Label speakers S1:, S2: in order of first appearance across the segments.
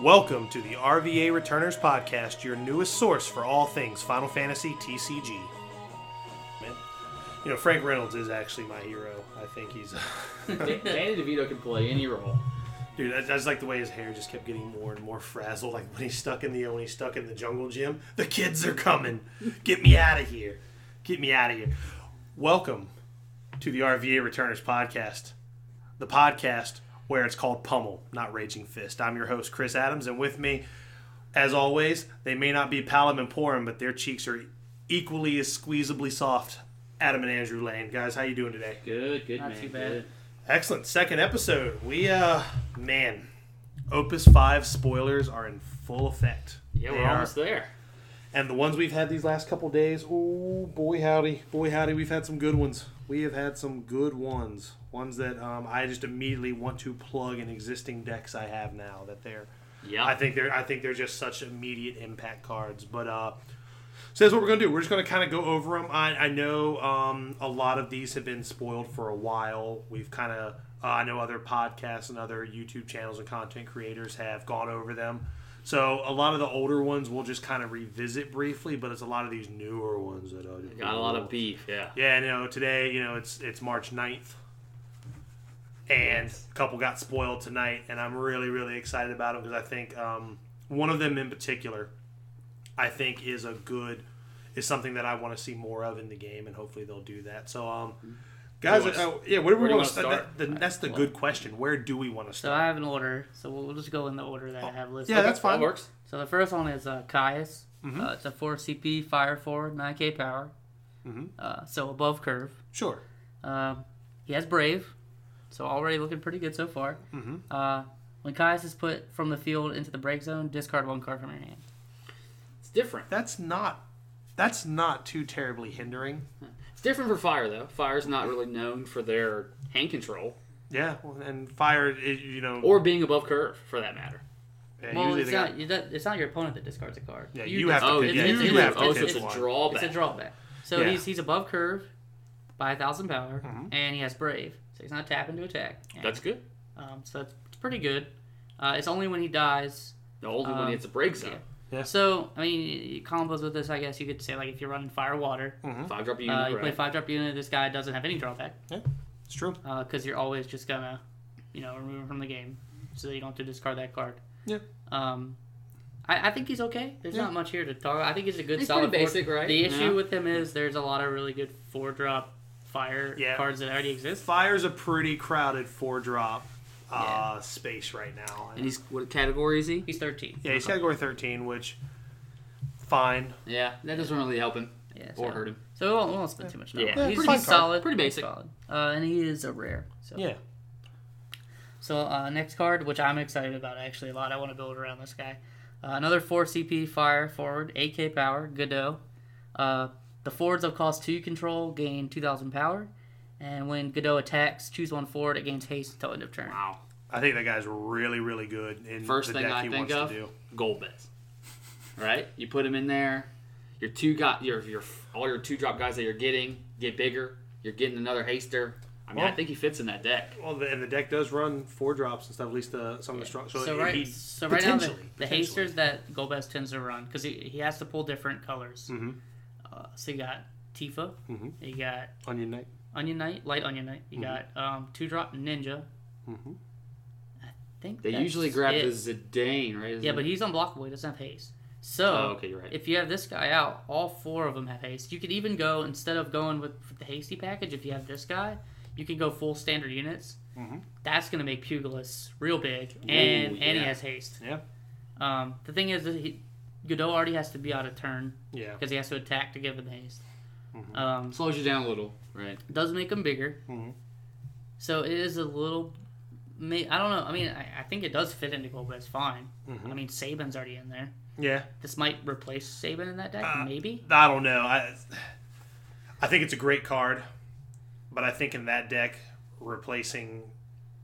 S1: Welcome to the RVA Returners Podcast, your newest source for all things Final Fantasy TCG. Man, you know, Frank Reynolds is actually my hero. I think he's.
S2: Dan- Danny DeVito can play any role.
S1: Dude, I, I just like the way his hair just kept getting more and more frazzled. Like when he's stuck in the when he's stuck in the jungle gym, the kids are coming. Get me out of here. Get me out of here. Welcome to the RVA Returners podcast, the podcast where it's called Pummel, not Raging Fist. I'm your host Chris Adams, and with me, as always, they may not be Palom and Porum, but their cheeks are equally as squeezably soft. Adam and Andrew Lane, guys, how you doing today?
S2: Good, good
S3: Not
S2: man.
S3: too bad.
S2: good.
S1: Excellent. Second episode. We uh man, Opus 5 spoilers are in full effect.
S2: Yeah,
S1: They
S2: we're
S1: are.
S2: almost there.
S1: And the ones we've had these last couple days, oh boy howdy, boy howdy, we've had some good ones. We have had some good ones. Ones that um, I just immediately want to plug in existing decks I have now that they're
S2: Yeah.
S1: I think they're I think they're just such immediate impact cards. But uh, so that's what we're gonna do. We're just gonna kind of go over them. I, I know um, a lot of these have been spoiled for a while. We've kind of uh, I know other podcasts and other YouTube channels and content creators have gone over them. So a lot of the older ones we'll just kind of revisit briefly, but it's a lot of these newer ones that uh, I
S2: Got a lot of beef. Yeah.
S1: yeah, you know, today, you know, it's it's March 9th. And a couple got spoiled tonight, and I'm really, really excited about them because I think um, one of them in particular, I think is a good, is something that I want to see more of in the game, and hopefully they'll do that. So, um, guys,
S2: Mm-hmm. Where do you
S1: uh, yeah, where do we
S2: where do you
S1: want
S2: wanna
S1: to start?
S2: start?
S1: That, the- that's the
S2: Well- Uh,
S1: good question. Where do we want to
S3: So
S1: start?
S3: I have an order, so we'll we'll just go in the order that I have listed.
S1: yeah, that's Mm-hmm. fine.
S2: That works.
S3: So the first one is uh, Caius. Uh, it's a 4 CP, Fire 4, 9k power.
S1: Mhm.
S3: Uh, so above curve.
S1: Sure.
S3: Um, he has Brave, so already looking pretty good so far.
S1: Mhm.
S3: Uh, when Caius is put from the field into the break zone, discard one card from your hand.
S2: It's different.
S1: That's not, that's not too terribly hindering.
S2: It's different for Fire though. Fire's not really known for their hand control
S1: Yeah, well, and fire, it, you know,
S2: or being above curve, for that matter.
S1: yeah,
S3: well,
S1: usually
S3: it's
S1: they got-
S3: not, you don't- it's not your opponent that discards a card.
S1: Yeah, you have to
S3: discard-
S2: Oh,
S1: pick-
S2: it's,
S1: yeah,
S2: it's,
S1: you
S2: it's-
S1: have to
S2: oh,
S1: pick
S2: so it's
S1: one.
S2: a drawback.
S3: It's a drawback. So
S1: Yeah. Mm-hmm.
S3: he's he's above curve by a thousand power, and he has brave, so he's not tapping to attack. And,
S2: That's good.
S3: um, so that's it's pretty good. Uh, it's only when he dies.
S2: The only one
S3: Um,
S2: when it's a break zone.
S1: Yeah.
S3: So I mean, it combos with this, I guess you could say like if you're running fire water,
S2: Five drop unit.
S3: uh, you play
S2: right?
S3: five drop unit. This guy doesn't have any drawback
S1: Yeah, it's true.
S3: because you're always just gonna, you know, remove him from the game, so that you don't have to discard that card.
S1: Yeah.
S3: Um, I, I think he's okay. There's
S1: Yeah.
S3: not much here to talk. I think he's a good
S2: He's
S3: solid
S2: pretty
S3: four-
S2: basic, right?
S3: The issue
S2: Yeah.
S3: with him is there's a lot of really good four drop fire
S1: Yeah.
S3: cards that already exist.
S1: Fire's a pretty crowded four drop uh, space right now.
S2: And he's what category is he?
S3: He's 13.
S1: yeah, he's category 13, which, fine.
S2: Yeah, that doesn't really help him
S3: Yeah, so,
S2: or hurt him.
S3: So we won't, we won't spend too much time.
S2: Yeah.
S3: on
S2: Yeah,
S3: him. he's,
S1: pretty
S3: he's
S1: fine card.
S3: solid,
S2: Pretty
S3: he's
S2: basic.
S3: solid. Uh, and he is a rare. So
S1: Yeah.
S3: So uh, next card, which I'm excited about actually a lot. I want to build around this guy. Uh, another four CP fire forward, AK power, Godot. Uh, the forwards of cost two you control gain 2,000 power, and when Godot attacks, choose one forward. It gains haste until end of turn.
S2: Wow.
S1: I think that guy's really, really good in
S2: First
S1: the
S2: thing
S1: deck
S2: I
S1: he
S2: think
S1: wants
S2: of,
S1: to do.
S2: Golbez. Right? You put him in there. Your two got your your all your two drop guys that you're getting get bigger. You're getting another haster. I mean, I
S1: Well-
S2: think he fits in that deck.
S1: Well, the, and the deck does run four drops and stuff, at least the, some of the strong. So,
S3: So
S1: it-
S3: right,
S1: he-
S3: so right now the,
S1: potentially-
S3: the
S1: potentially.
S3: hasters that Golbez tends to run because he, he has to pull different colors.
S1: Mhm.
S3: Uh, so you got Tifa,
S1: Mhm.
S3: you got
S1: Onion Knight.
S3: Onion Knight, Light Onion Knight, you
S2: Mm-hmm.
S3: got um, Two Drop Ninja.
S1: Mhm.
S3: I think
S2: They
S3: that's
S2: usually grab
S3: it.
S2: the Zidane, right? Is
S3: Yeah,
S2: it-
S3: but he's unblockable. He doesn't have haste. So
S2: Oh, okay, you're right.
S3: if you have this guy out, all four of them have haste. You could even go instead of going with, with the hasty package. If you have this guy, you can go full standard units.
S2: Mm-hmm.
S1: Mhm.
S3: That's gonna make Pugilus real big, and and he
S2: yeah.
S3: has haste.
S1: Yeah.
S3: Um, the thing is that he, Godot already has to be out of turn
S1: Yeah.
S3: because he has to attack to give him haste.
S2: Mm-hmm.
S3: Um,
S2: slows you down a little, right?
S3: does make him bigger,
S1: Mhm.
S3: so it is a little. May, I don't know. I mean, I, I think it does fit into Golbez fine. I mean, Saban's already in there
S1: Yeah.
S3: this might replace Saban in that deck,
S1: Uh,
S3: maybe.
S1: I don't know. I I think it's a great card, but I think in that deck replacing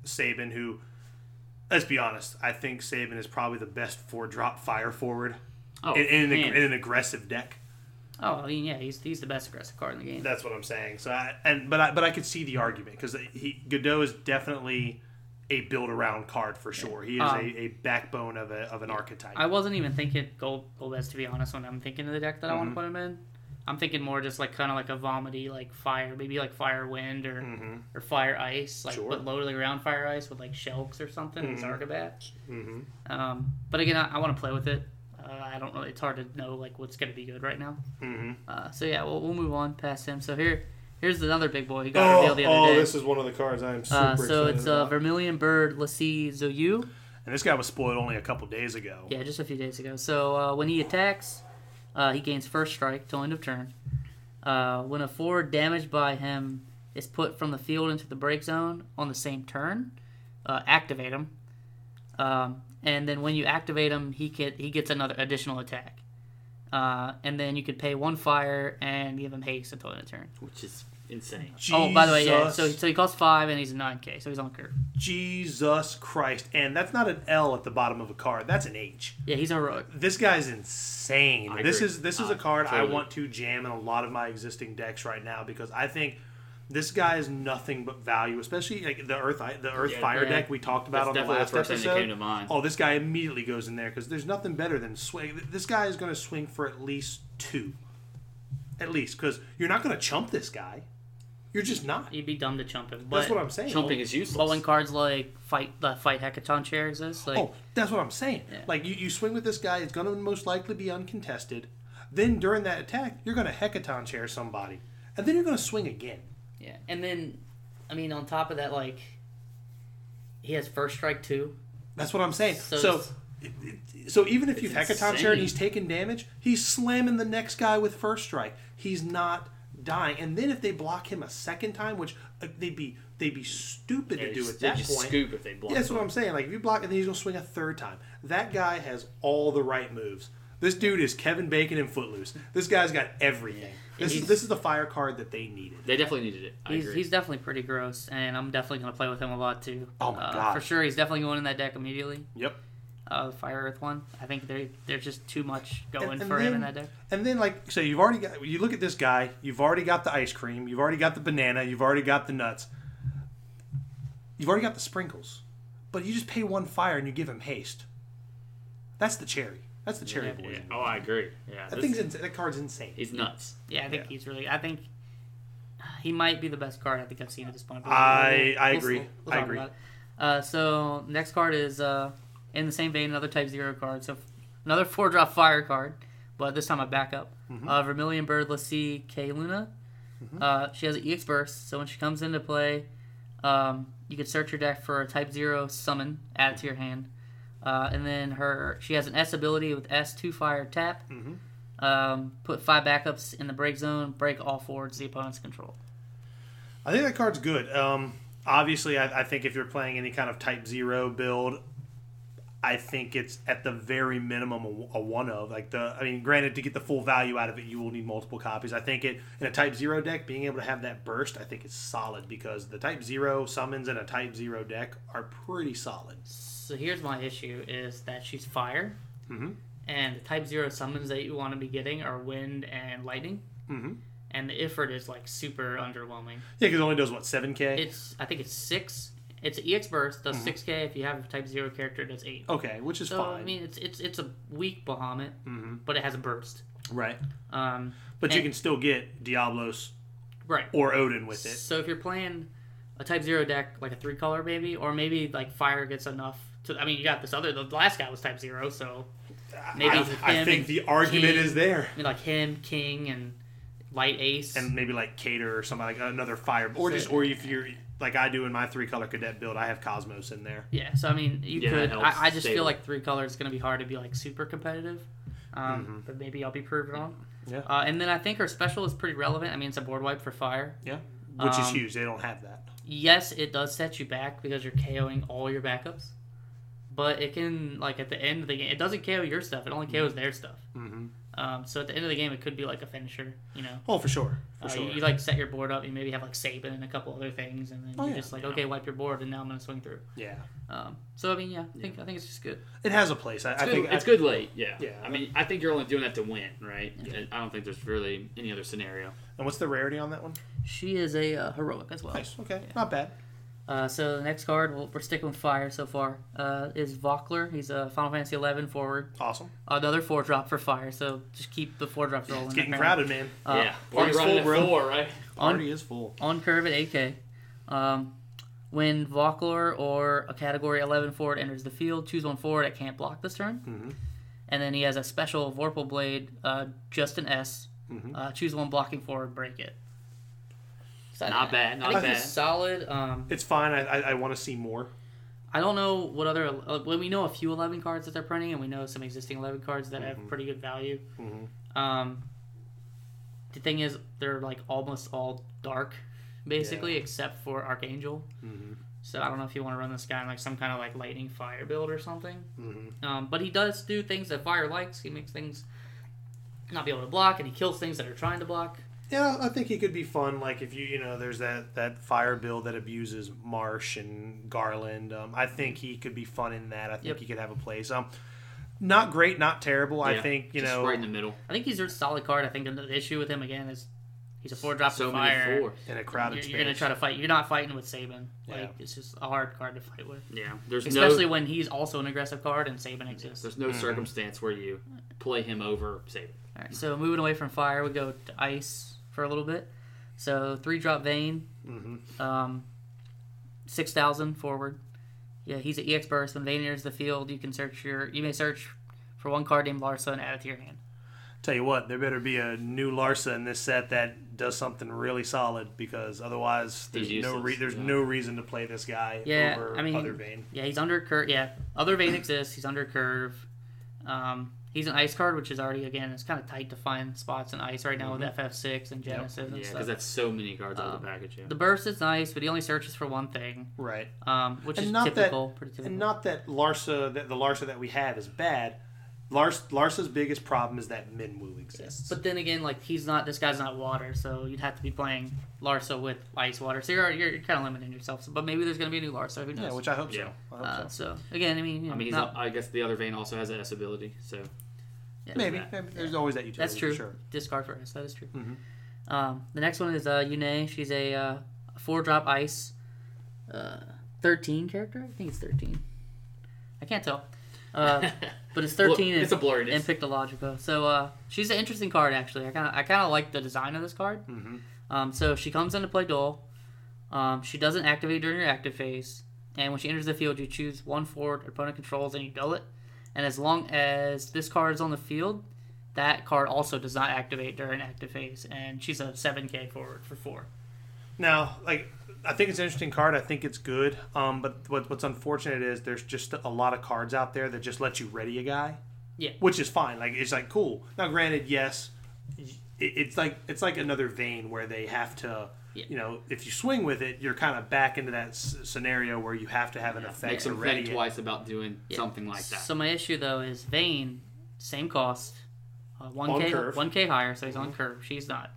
S1: Saban, who let's be honest, I think Saban is probably the best four drop fire forward
S2: Oh,
S1: in, in, an,
S2: man.
S1: in an aggressive deck.
S3: Oh, I mean, yeah, he's he's the best aggressive card in the game.
S1: That's what I'm saying. So I, and but I but I could see the argument because he Godot is definitely a build around card for sure. He is
S3: Um,
S1: a, a backbone of a, of an archetype.
S3: I wasn't even thinking Gold Golbez to be honest when I'm thinking of the deck that I want
S1: Mhm.
S3: to put him in. I'm thinking more just like kind of like a vomity like fire, maybe like fire wind or
S1: Mhm.
S3: or fire ice, like
S1: Sure.
S3: but low to the ground fire ice with like Shelks or something and
S1: Mhm.
S3: Zargabat.
S1: Mhm.
S3: Um, but again, I, I want to play with it. Uh, I don't really. It's hard to know like what's gonna be good right now.
S1: Mhm.
S3: Uh, so yeah, we'll, we'll move on past him. So here, here's another big boy. He got
S1: Oh,
S3: revealed the other
S1: oh,
S3: day.
S1: this is one of the cards I am super
S3: uh, so
S1: excited
S3: it's uh,
S1: about.
S3: Vermilion Bird Lassie Zoyu.
S1: and this guy was spoiled only a couple days ago.
S3: Yeah, just a few days ago. So uh, when he attacks, uh, he gains first strike till end of turn. Uh, when a forward damaged by him is put from the field into the break zone on the same turn, uh, activate him. Um, and then when you activate him, he get, he gets another additional attack. Uh, and then you could pay one fire and give him haste until end of turn.
S2: which is insane.
S3: Oh, by the way, yeah.
S1: Jesus.
S3: So so he costs five and he's a nine K, so he's on curve.
S1: Jesus Christ. And that's not an L at the bottom of a card. That's an H.
S3: Yeah, he's heroic.
S1: This guy's insane.
S2: I
S1: this
S2: agree.
S1: is this is
S2: Uh,
S1: a card I
S2: totally.
S1: want to jam in a lot of my existing decks right now because I think this guy is nothing but value, especially like the Earth the Earth
S2: Yeah.
S1: Fire
S3: Yeah.
S1: deck we talked
S2: That's
S1: about on the
S2: definitely the
S1: last
S2: first thing
S1: episode.
S2: that came to mind.
S1: Oh, this guy immediately goes in there because there's nothing better than swing. This guy is going to swing for at least two, at least because you're not going to chump this guy. You're just not.
S3: You'd be dumb to chump him. But
S1: That's what I'm saying.
S2: Chumping is useless.
S3: But when cards like fight the fight hackathon chair exist, like
S1: Oh, that's what I'm saying.
S3: Yeah.
S1: Like you, you swing with this guy, it's gonna most likely be uncontested. Then during that attack, you're gonna hecaton chair somebody. And then you're gonna swing again.
S3: yeah. And then, I mean, on top of that, like he has first strike too.
S1: That's what I'm saying.
S3: So
S1: So so,
S3: it's-
S1: even if you
S2: It's
S1: hecaton chair and
S2: insane.
S1: he's taking damage, he's slamming the next guy with first strike. He's not dying. And then if they block him a second time, which uh, they'd be they'd be stupid
S2: they
S1: to do
S2: just,
S1: at
S2: they
S1: that
S2: just
S1: point.
S2: scoop if they block.
S1: Yeah, that's what I'm saying. Like if you block and then he's gonna swing a third time. That guy has all the right moves. This dude is Kevin Bacon in Footloose. This guy's got everything. This is
S3: He's-
S1: this is the fire card that they needed.
S2: They definitely needed it. I
S3: He's,
S2: agree.
S3: he's definitely pretty gross, and I'm definitely gonna play with him a lot too.
S1: Oh my
S3: Uh,
S1: God.
S3: For sure, he's definitely going in that deck immediately.
S1: Yep.
S3: Uh, Fire Earth one. I think they there's just too much going
S1: And- and
S3: for him
S1: then-
S3: in that deck.
S1: And then like so you've already got you look at this guy, you've already got the ice cream, you've already got the banana, you've already got the nuts. You've already got the sprinkles. But you just pay one fire and you give him haste. That's the cherry. That's the cherry
S3: Yeah,
S1: boys.
S2: Yeah. Oh, I agree. Yeah,
S1: That
S2: this-
S1: thing's insane. that card's insane.
S2: he's nuts.
S3: Yeah, I think
S1: Yeah.
S3: he's really. I think he might be the best card I think I've seen at this point. But
S1: I- I agree. I
S3: talk
S1: agree.
S3: about it. Uh, so next card is uh, in the same vein, another Type Zero card. So another four drop fire card, but this time a backup.
S1: Mm-hmm.
S3: Uh, Vermilion Bird. Let's see, K Luna. Uh, she has an EX burst, so when she comes into play, um, you can search your deck for a Type Zero summon, add it to your hand, uh, and then her she has an S ability with S two fire
S1: Mm-hmm.
S3: tap. Um, put five backups in the break zone. Break all forwards the opponent's control.
S1: I think that card's good. Um, obviously, I, I think if you're playing any kind of Type Zero build, I think it's at the very minimum a, a one of. Like the, I mean, granted, to get the full value out of it, you will need multiple copies. I think it in a Type Zero deck, being able to have that burst, I think is solid because the Type Zero summons in a Type Zero deck are pretty solid.
S3: So here's my issue: is that she's fire,
S1: Mm-hmm.
S3: and the Type Zero summons that you want to be getting are wind and lightning,
S1: Mm-hmm.
S3: and the Ifrit is like super underwhelming.
S1: Yeah, because it only does what seven k.
S3: It's I think it's six. It's an EX burst
S1: Mm-hmm.
S3: does six K. If you have a Type Zero character, it does eight.
S1: Okay, which is
S3: so
S1: fine, Mm-hmm.
S3: I mean, it's it's it's a weak Bahamut, but it has a burst.
S1: right?
S3: Um,
S1: But you
S3: and-
S1: can still get Diablos
S3: right.
S1: or Odin with it.
S3: So if you're playing a Type Zero deck, like a three color maybe, or maybe like Fire gets enough. to I mean, you got this other. The last guy was Type Zero, so maybe
S1: I,
S3: him
S1: I think
S3: and
S1: the argument
S3: King-
S1: is there.
S3: I mean, like him, King, and Light Ace.
S1: and maybe like cater or something like another fire or just or if you're like I do in my three color cadet build, I have Cosmos in there.
S3: yeah, so I mean, you
S2: Yeah,
S3: could.
S2: that helps
S3: I, I just
S2: stable.
S3: feel like three color is going to be hard to be like super competitive. Um, But maybe I'll be proved wrong.
S1: Mm-hmm. Yeah.
S3: Uh, and then I think her special is pretty relevant. I mean, it's a board wipe for Fire.
S1: Yeah, which is
S3: Um,
S1: huge. They don't have that.
S3: yes, it does set you back because you're KOing all your backups, but it can like at the end of the game, it doesn't KO your stuff. It only KOs their stuff.
S1: Mm-hmm.
S3: Um, so at the end of the game, it could be like a finisher. You know,
S1: Oh, for sure, for
S3: uh,
S1: sure.
S3: you, you like set your board up. You maybe have like Saban and a couple other things, and then
S1: Oh, yeah.
S3: you're just like, okay, wipe your board, and now I'm gonna swing through.
S1: yeah,
S3: Um, so I mean, yeah, I think I think it's just good.
S1: it has a place. I, I
S2: It's good-
S1: think
S2: it's
S1: I-
S2: good late. Yeah.
S1: Yeah.
S2: I mean, I think you're only doing that to win, right? And I don't think there's really any other scenario.
S1: And what's the rarity on that one?
S3: She is a uh, heroic as well.
S1: Nice. Okay, not bad.
S3: Uh, so the next card, we'll, we're sticking with fire so far, uh, is Vokler. He's a Final Fantasy XI forward.
S1: Awesome.
S3: Another four drop for fire, so just keep the four drops rolling.
S1: It's getting
S3: apparently.
S1: crowded, man.
S3: Uh,
S2: yeah,
S1: party's
S2: party's full,
S1: full, bro.
S2: Four, right?
S1: Party is full.
S3: On curve at AK. Um, when Vokler or a Category 11 forward enters the field, choose one forward that can't block this turn. And then he has a special Vorpal Blade, uh, just an S. Uh, choose one blocking forward, break it. So
S2: Not bad,
S3: I
S2: not
S3: think he's
S2: bad.
S3: solid. Um,
S1: It's fine. I I, I want to see more.
S3: I don't know what other. Uh, well, we know a few 11 cards that they're printing, and we know some existing 11 cards that have pretty good value.
S1: Mm-hmm.
S3: Um, the thing is, they're like almost all dark, basically, except for Archangel.
S1: Mm-hmm.
S3: So I don't know if you want to run this guy in like some kind of like lightning fire build or something.
S2: Mm-hmm.
S3: Um, but he does do things that fire likes. He makes things not be able to block, and he kills things that are trying to block.
S1: Yeah, I think he could be fun. Like if you you know, there's that that fire bill that abuses Marsh and Garland. Um, I think he could be fun in that. I think
S3: Yep.
S1: he could have a place. Um, not great, not terrible. I
S2: Yeah,
S1: think you
S2: just
S1: know.
S2: right in the middle.
S3: I think he's a solid card. I think the issue with him again is he's a four drop
S2: So
S3: of fire.
S2: many four.
S1: in a crowded
S3: you're,
S1: space.
S3: you're gonna try to fight. You're not fighting with Saban. Like
S1: Yeah.
S3: it's just a hard card to fight with,
S2: Yeah, there's
S3: especially Mm-hmm.
S2: no
S3: when he's also an aggressive card and Saban exists.
S2: there's no circumstance where you play him over Saban.
S3: All right, so moving away from fire, we go to ice for a little bit. So three drop vein,
S1: Mm-hmm.
S3: um, six thousand forward. Yeah, he's an EX burst. When vein enters the field, you can search your. You may search for one card named Larsa and add it to your hand.
S1: Tell you what, there better be a new Larsa in this set that does something really solid because otherwise there's
S2: He's
S1: no re-
S2: useless,
S1: there's
S2: yeah.
S1: no reason to play this guy
S3: Yeah,
S1: over
S3: I mean,
S1: other Vayne.
S3: Yeah, he's under curve. Yeah, other vein exists. He's under curve. Um, he's an ice card, which is already again it's kind of tight to find spots in ice right now with
S1: Mm-hmm.
S3: FF six and Genesis and
S2: Yeah,
S3: stuff.
S2: because that's so many cards out of
S3: Um,
S2: the package. Yeah.
S3: the burst is nice, but he only searches for one thing,
S1: Right.
S3: um, which
S1: And
S3: is
S1: not that-
S3: typical, pretty typical.
S1: And not that Larsa that the Larsa that we have is bad. Lars Larsa's biggest problem is that Minwoo exists.
S3: but then again, like he's not. This guy's not water, so you'd have to be playing Larsa with ice water. So you're you're, kind of limiting yourself. So, but maybe there's gonna be a new Larsa. Who knows?
S1: yeah, which I hope
S2: Yeah.
S1: so. I hope so.
S3: uh, so again, I mean, you know,
S2: I mean, he's
S3: not-
S2: I guess the other vein also has an S ability, so
S3: Uh, yeah.
S1: Maybe,
S2: that.
S1: maybe. there's always that utility.
S3: That's true.
S1: Sure.
S3: Discard for ice. That is true.
S2: Mm-hmm.
S1: Mhm.
S3: Um, the next one is uh, Yune. She's a uh, four drop ice, uh, thirteen character. I think it's thirteen. I can't tell, uh, but it's thirteen.
S2: Look, it's a
S3: and,
S2: blurriness.
S3: and Pictologica. So uh, she's an interesting card actually. I kind of I kind of like the design of this card. Um, so she comes into play dual. Um, she doesn't activate during your active phase, and when she enters the field, you choose one forward your opponent controls and you dull it. And as long as this card is on the field, that card also does not activate during active phase, and she's a seven K forward for four.
S1: Now, like, I think it's an interesting card. I think it's good. Um, but what, what's unfortunate is there's just a lot of cards out there that just let you ready a guy.
S3: Yeah.
S1: Which is fine. Like, it's like cool. Now, granted, yes, it, it's like it's like another vein where they have to.
S3: Yeah.
S1: You know, if you swing with it, you're kind of back into that s- scenario where you have to have an effect
S2: makes
S1: to
S2: him
S1: ready
S2: think
S1: it.
S2: twice about doing something like that.
S3: So my issue though is Vayne, same cost, uh, one
S1: On
S3: K
S1: curve.
S3: one K higher, so he's on
S2: Mm-hmm.
S3: curve. She's not.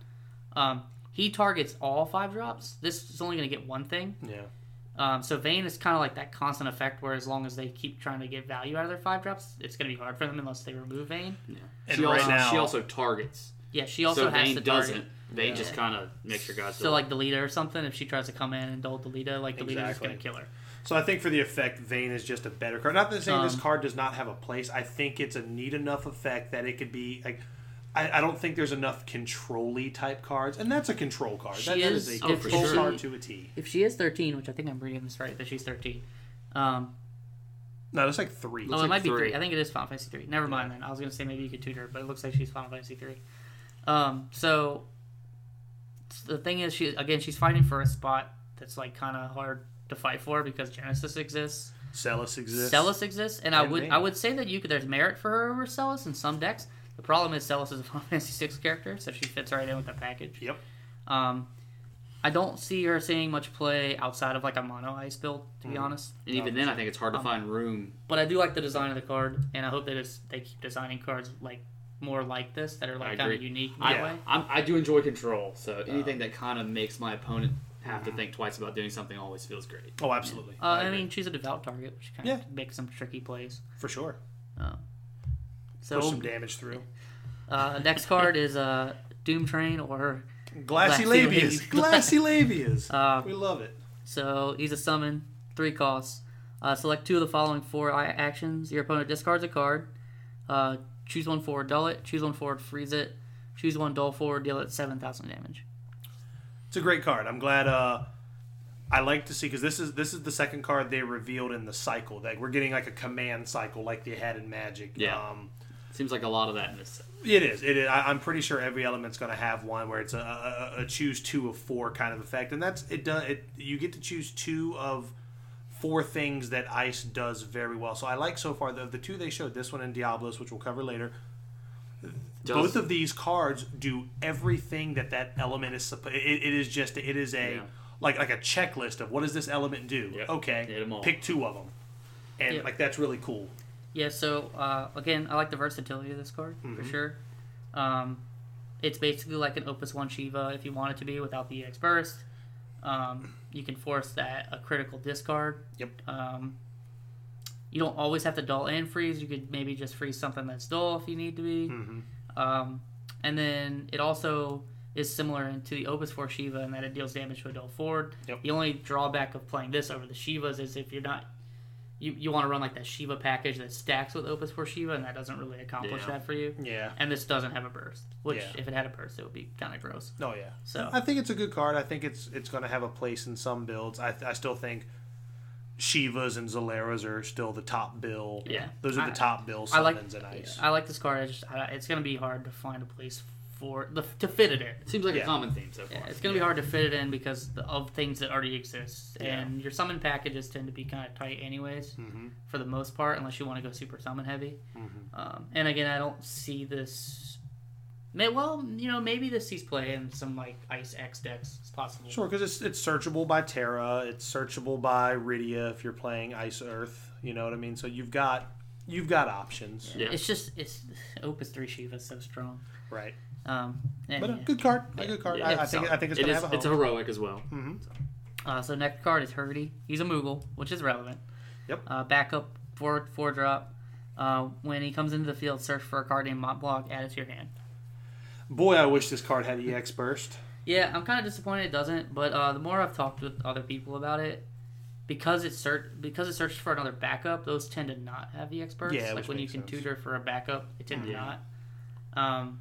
S3: Um, he targets all five drops. This is only going to get one thing.
S1: Yeah.
S3: Um, so Vayne is kind of like that constant effect where as long as they keep trying to get value out of their five drops, it's going to be hard for them unless they remove Vayne.
S2: yeah.
S1: And
S2: she
S1: right
S2: also
S1: now-
S2: she also targets.
S3: Yeah, she also
S2: so
S3: has
S2: Vayne
S3: to target.
S2: doesn't. Vayne just kind of makes your guys.
S3: So like Delita or something, if she tries to come in and dole Delita, like Delita's just
S1: Exactly.
S3: gonna kill her.
S1: So I think for the effect, Vayne is just a better card. Not that saying this
S3: Um,
S1: card does not have a place. I think it's a neat enough effect that it could be like. I, I don't think there's enough control-y type cards, and that's a control card.
S3: She
S1: That, that is,
S3: is
S1: a
S2: oh, for
S1: control
S2: sure.
S1: card to a T.
S3: If she is thirteen, which I think I'm reading this right, that she's thirteen. Um,
S1: No, that's like three.
S3: oh,
S2: like
S3: it might be
S2: three.
S3: three. I think it is Final Fantasy three. Never mind then. I was gonna say maybe you could tutor, but it looks like she's Final Fantasy three. Um, so the thing is, she again, she's fighting for a spot that's like kind of hard to fight for because Genesis exists.
S1: Celis exists.
S3: Celis exists, and I
S1: And
S3: would
S1: Vayne.
S3: I would say that you could there's merit for her over Celis in some decks. The problem is Celis is a Final Fantasy six character, so she fits right in with the package.
S1: Yep.
S3: Um, I don't see her seeing much play outside of like a mono ice build, to be honest.
S2: and even then, I think it's hard to
S3: Um,
S2: find room.
S3: But I do like the design of the card, and I hope that it's, they keep designing cards like more like this that are
S2: I
S3: like kind of
S2: agree.
S3: unique in
S2: I,
S3: that way.
S2: I'm, I do enjoy control,
S1: Uh,
S2: so anything that kind of makes my opponent have
S3: uh-huh.
S2: to think twice about doing something always feels great.
S1: Oh, absolutely.
S3: Uh, I
S1: agree.
S3: mean, she's a devout target, which kind of
S1: Yeah.
S3: makes some tricky plays.
S1: for sure.
S3: So
S1: Push some damage through.
S3: uh, next card is uh, Doom Train or
S1: Glassy
S3: Glassy
S1: labias.
S3: labias.
S1: Glassy labias.
S3: Uh,
S1: we love it.
S3: So he's a summon, three costs. Uh, select two of the following four i- actions. Your opponent discards a card. Uh, choose one forward, dull it. Choose one forward, freeze it. Choose one dull forward, deal it 7,000 damage.
S1: It's a great card. I'm glad. Uh, I like to see because this is this is the second card they revealed in the cycle. Like we're getting like a command cycle like they had in Magic.
S2: Yeah.
S1: Um,
S2: Seems like a lot of that in this. set.
S1: it is. It is. I, I'm pretty sure every element's going to have one where it's a, a, a choose two of four kind of effect, and that's it. Does it? You get to choose two of four things that ice does very well. So I like so far the the two they showed. This one in Diablos, which we'll cover later.
S2: Does-
S1: Both of these cards do everything that that element is. suppo- It, it is just it is a
S2: Yeah.
S1: like like a checklist of what does this element do.
S2: Yep.
S1: Okay,
S2: Hit 'em all.
S1: pick two of them, and
S3: Yep.
S1: like that's really cool.
S3: Yeah, so uh, again, I like the versatility of this card for sure. Um, it's basically like an Opus One Shiva if you want it to be without the EX burst. Um, you can force that a critical discard.
S1: Yep.
S3: Um, you don't always have to dull and freeze. You could maybe just freeze something that's dull if you need to be.
S1: Mm-hmm.
S3: Um, and then it also is similar in- to the Opus 4 Shiva in that it deals damage to a dull forward.
S1: Yep.
S3: The only drawback of playing this over the Shivas is if you're not. You, you want to run like that Shiva package that stacks with Opus 4 Shiva, and that doesn't really accomplish
S2: Yeah.
S3: that for you.
S1: Yeah.
S3: And this doesn't have a burst, which,
S1: Yeah.
S3: if it had a burst, it would be kind of gross.
S1: Oh yeah.
S3: So-
S1: I think it's a good card. I think it's it's going to have a place in some builds. I, I still think Shivas and Zaleras are still the top bill.
S3: Yeah.
S1: Those are the
S3: I-
S1: top bill
S3: I like-
S1: summons in ice.
S3: I like this card. I just, I, it's going to be hard to find a place for the, to fit it in.
S2: Seems like
S1: Yeah.
S2: a common theme so far.
S3: Yeah, it's gonna be hard to fit it in because the- of things that already exist, and your summon packages tend to be kind of tight, anyways,
S1: Mm-hmm.
S3: for the most part, unless you want to go super summon heavy. Um, and again, I don't see this. May, well, you know, maybe this sees play in some like Ice X decks. It's possible.
S1: Sure, because it's it's searchable by Terra. It's searchable by Rydia if you're playing Ice Earth. You know what I mean. So you've got you've got options,
S2: Yeah.
S3: It's just it's Opus Three Shiva so strong.
S1: right?
S3: Um, and,
S1: But uh, a
S3: yeah.
S1: good card. A good card.
S2: Yeah,
S1: I, I
S3: it's
S1: think I
S3: solid.
S1: think it's
S2: It
S1: gonna
S2: is.
S1: have a
S2: It's
S1: home. Hmm.
S2: heroic as well.
S3: Uh, so next card is Hurdy. He's a Moogle, which is relevant.
S1: Yep.
S3: Uh, backup four four drop. Uh, when he comes into the field, search for a card named Mont Block, add it to your hand.
S1: Boy, I wish this card had EX burst.
S3: Yeah, I'm kind of disappointed it doesn't. But uh, the more I've talked with other people about it, because it search because it searches for another backup, those tend to not have the experts.
S1: Yeah,
S3: like
S1: which
S3: when you
S1: makes
S3: can
S1: sense.
S3: tutor for a backup, it tend to
S2: Yeah.
S3: not. Um,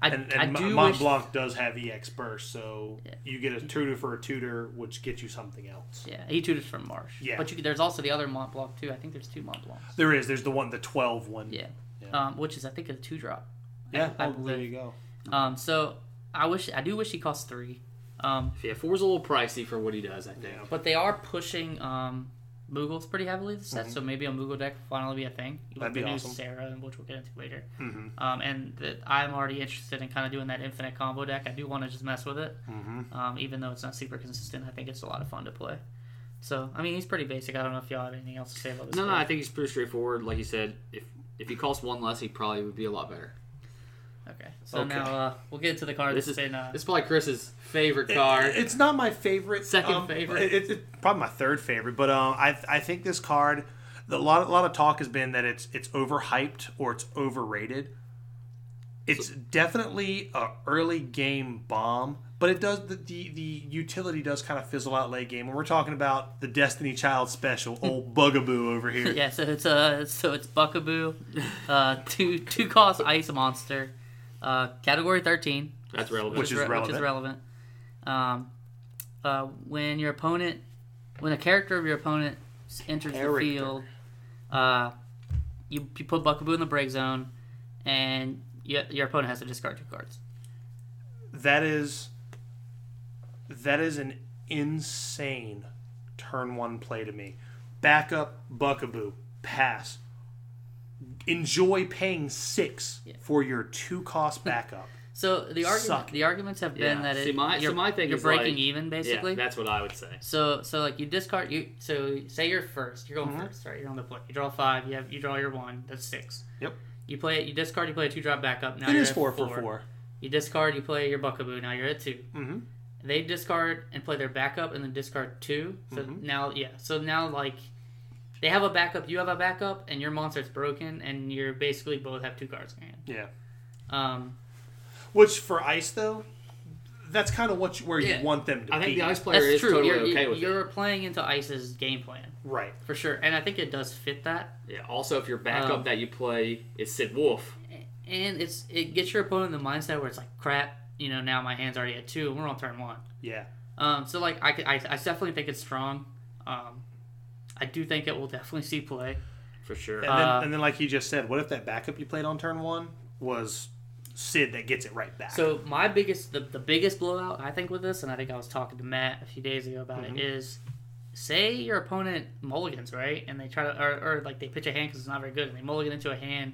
S3: I,
S1: And,
S3: I
S1: and
S3: do
S1: Mont
S3: wish.
S1: Blanc does have EX burst, so
S3: Yeah.
S1: you get a tutor for a tutor, which gets you something else.
S3: Yeah, he tutors from Marsh.
S1: Yeah.
S3: but you, could- there's also the other Mont Blanc too. I think there's two Mont Blancs.
S1: There is. There's the one, the 12 one.
S3: Yeah,
S1: Yeah.
S3: Um, which is I think a two drop.
S1: Yeah.
S3: I
S1: oh, there
S3: believe.
S1: you go.
S3: Um, so I wish I do wish he costs three. Um,
S2: Yeah, four's a little pricey for what he does. I think.
S1: Yeah.
S3: But they are pushing um, Moogles pretty heavily this set, so maybe a Moogle deck will finally be a thing. With
S1: Mm-hmm. That'd
S3: the
S1: be
S3: new
S1: awesome. Mm-hmm.
S3: Sarah, which we'll get into later. Um, and that I'm already interested in kind of doing that infinite combo deck. I do want to just mess with it,
S1: Mm-hmm.
S3: um, even though it's not super consistent. I think it's a lot of fun to play. So I mean, he's pretty basic. I don't know if y'all have anything else to say about this.
S2: No, no, I
S3: card.
S2: think he's pretty straightforward. Like you said, if if he costs one less, he probably would be a lot better.
S3: okay. So
S1: Okay.
S3: now uh, we'll get to the card.
S2: This
S3: that's
S2: is
S3: been, uh,
S2: this is probably Chris's favorite card.
S1: It's not my favorite.
S2: Second
S1: um,
S2: favorite.
S1: It, it, it- probably my third favorite, but um, I I think this card. The, a lot a lot of talk has been that it's it's overhyped or it's overrated. It's definitely a early game bomb, but it does the, the the utility does kind of fizzle out late game. And we're talking about the Destiny Child special, old bugaboo over here.
S3: yeah, so it's uh, so it's Buckaboo, uh, two two cost ice monster, uh, category thirteen.
S2: That's relevant.
S1: Which is
S3: re- Which is relevant. Um, uh, when your opponent, when a character of your opponent s- enters
S1: Character.
S3: the field, uh, you, you put Buckaboo in the break zone, and you, your opponent has to discard two cards.
S1: That is that is an insane turn one play to me. Back up Buckaboo, pass. Enjoy paying six for your two cost backup.
S3: So the argument,
S1: Suck.
S3: the arguments have been
S2: Yeah.
S3: that it,
S2: See, my- so
S3: you're,
S2: my thing
S3: you're
S2: is, like-
S3: breaking even basically.
S2: Yeah, that's what I would say.
S3: So so like you discard you so say you're first, you're going first, right? You're on the play. You draw five, you have you draw your one, that's six.
S1: yep.
S3: You play it, you discard, you play a two drop back up. Now
S1: It
S3: you're
S1: is
S3: at
S1: four for four.
S3: You discard, you play your buckaboo, now you're at 2
S1: Mhm.
S3: They discard and play their backup and then discard two. So now yeah. So now like they have a backup, you have a backup, and your monster's broken and you're basically both have two cards in your hand.
S1: Yeah.
S3: Um
S1: Which for ice though, that's kind of what you, where
S3: Yeah.
S1: you want them to
S2: I think
S1: be.
S2: the ice player
S3: That's
S2: is
S3: true.
S2: totally
S3: you're
S2: okay
S3: you-
S2: with
S3: you're playing into ICE's game plan
S1: right.
S3: for sure, and I think it does fit that.
S2: it. Yeah. Also, if your backup
S3: Um,
S2: that you play is Sid Wolf,
S3: And it's it gets your opponent in the mindset where it's like, crap, you know, now my hand's already at two, and we're on turn one.
S1: Yeah.
S3: Um, so like I, could- I, I definitely think it's strong. Um, I do think it will definitely see play.
S2: for sure.
S1: And then,
S3: Uh,
S1: and then, like you just said, what if that backup you played on turn one was Sid that gets it right back?
S3: So my biggest, the, the biggest blowout I think with this, and I think I was talking to Matt a few days ago about it, is say your opponent mulligans right, and they try to or, or like they pitch a hand because it's not very good, and they mulligan into a hand.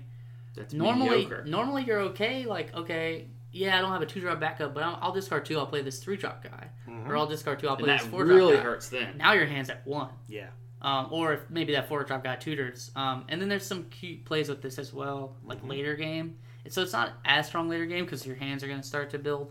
S2: That's
S3: Normally,
S2: mediocre.
S3: normally you're okay. Like okay, yeah, I don't have a two drop backup, but I'll, I'll discard two. I'll play this three drop guy, or I'll discard two. I'll
S2: and
S3: play
S2: that
S3: this four drop.
S2: really
S3: guy.
S2: hurts then.
S3: Now your hand's at one.
S1: yeah.
S3: um, or if maybe that four drop got tutors. Um, and then there's some cute plays with this as well, like later game. And so it's not as strong later game because your hands are going to start to build.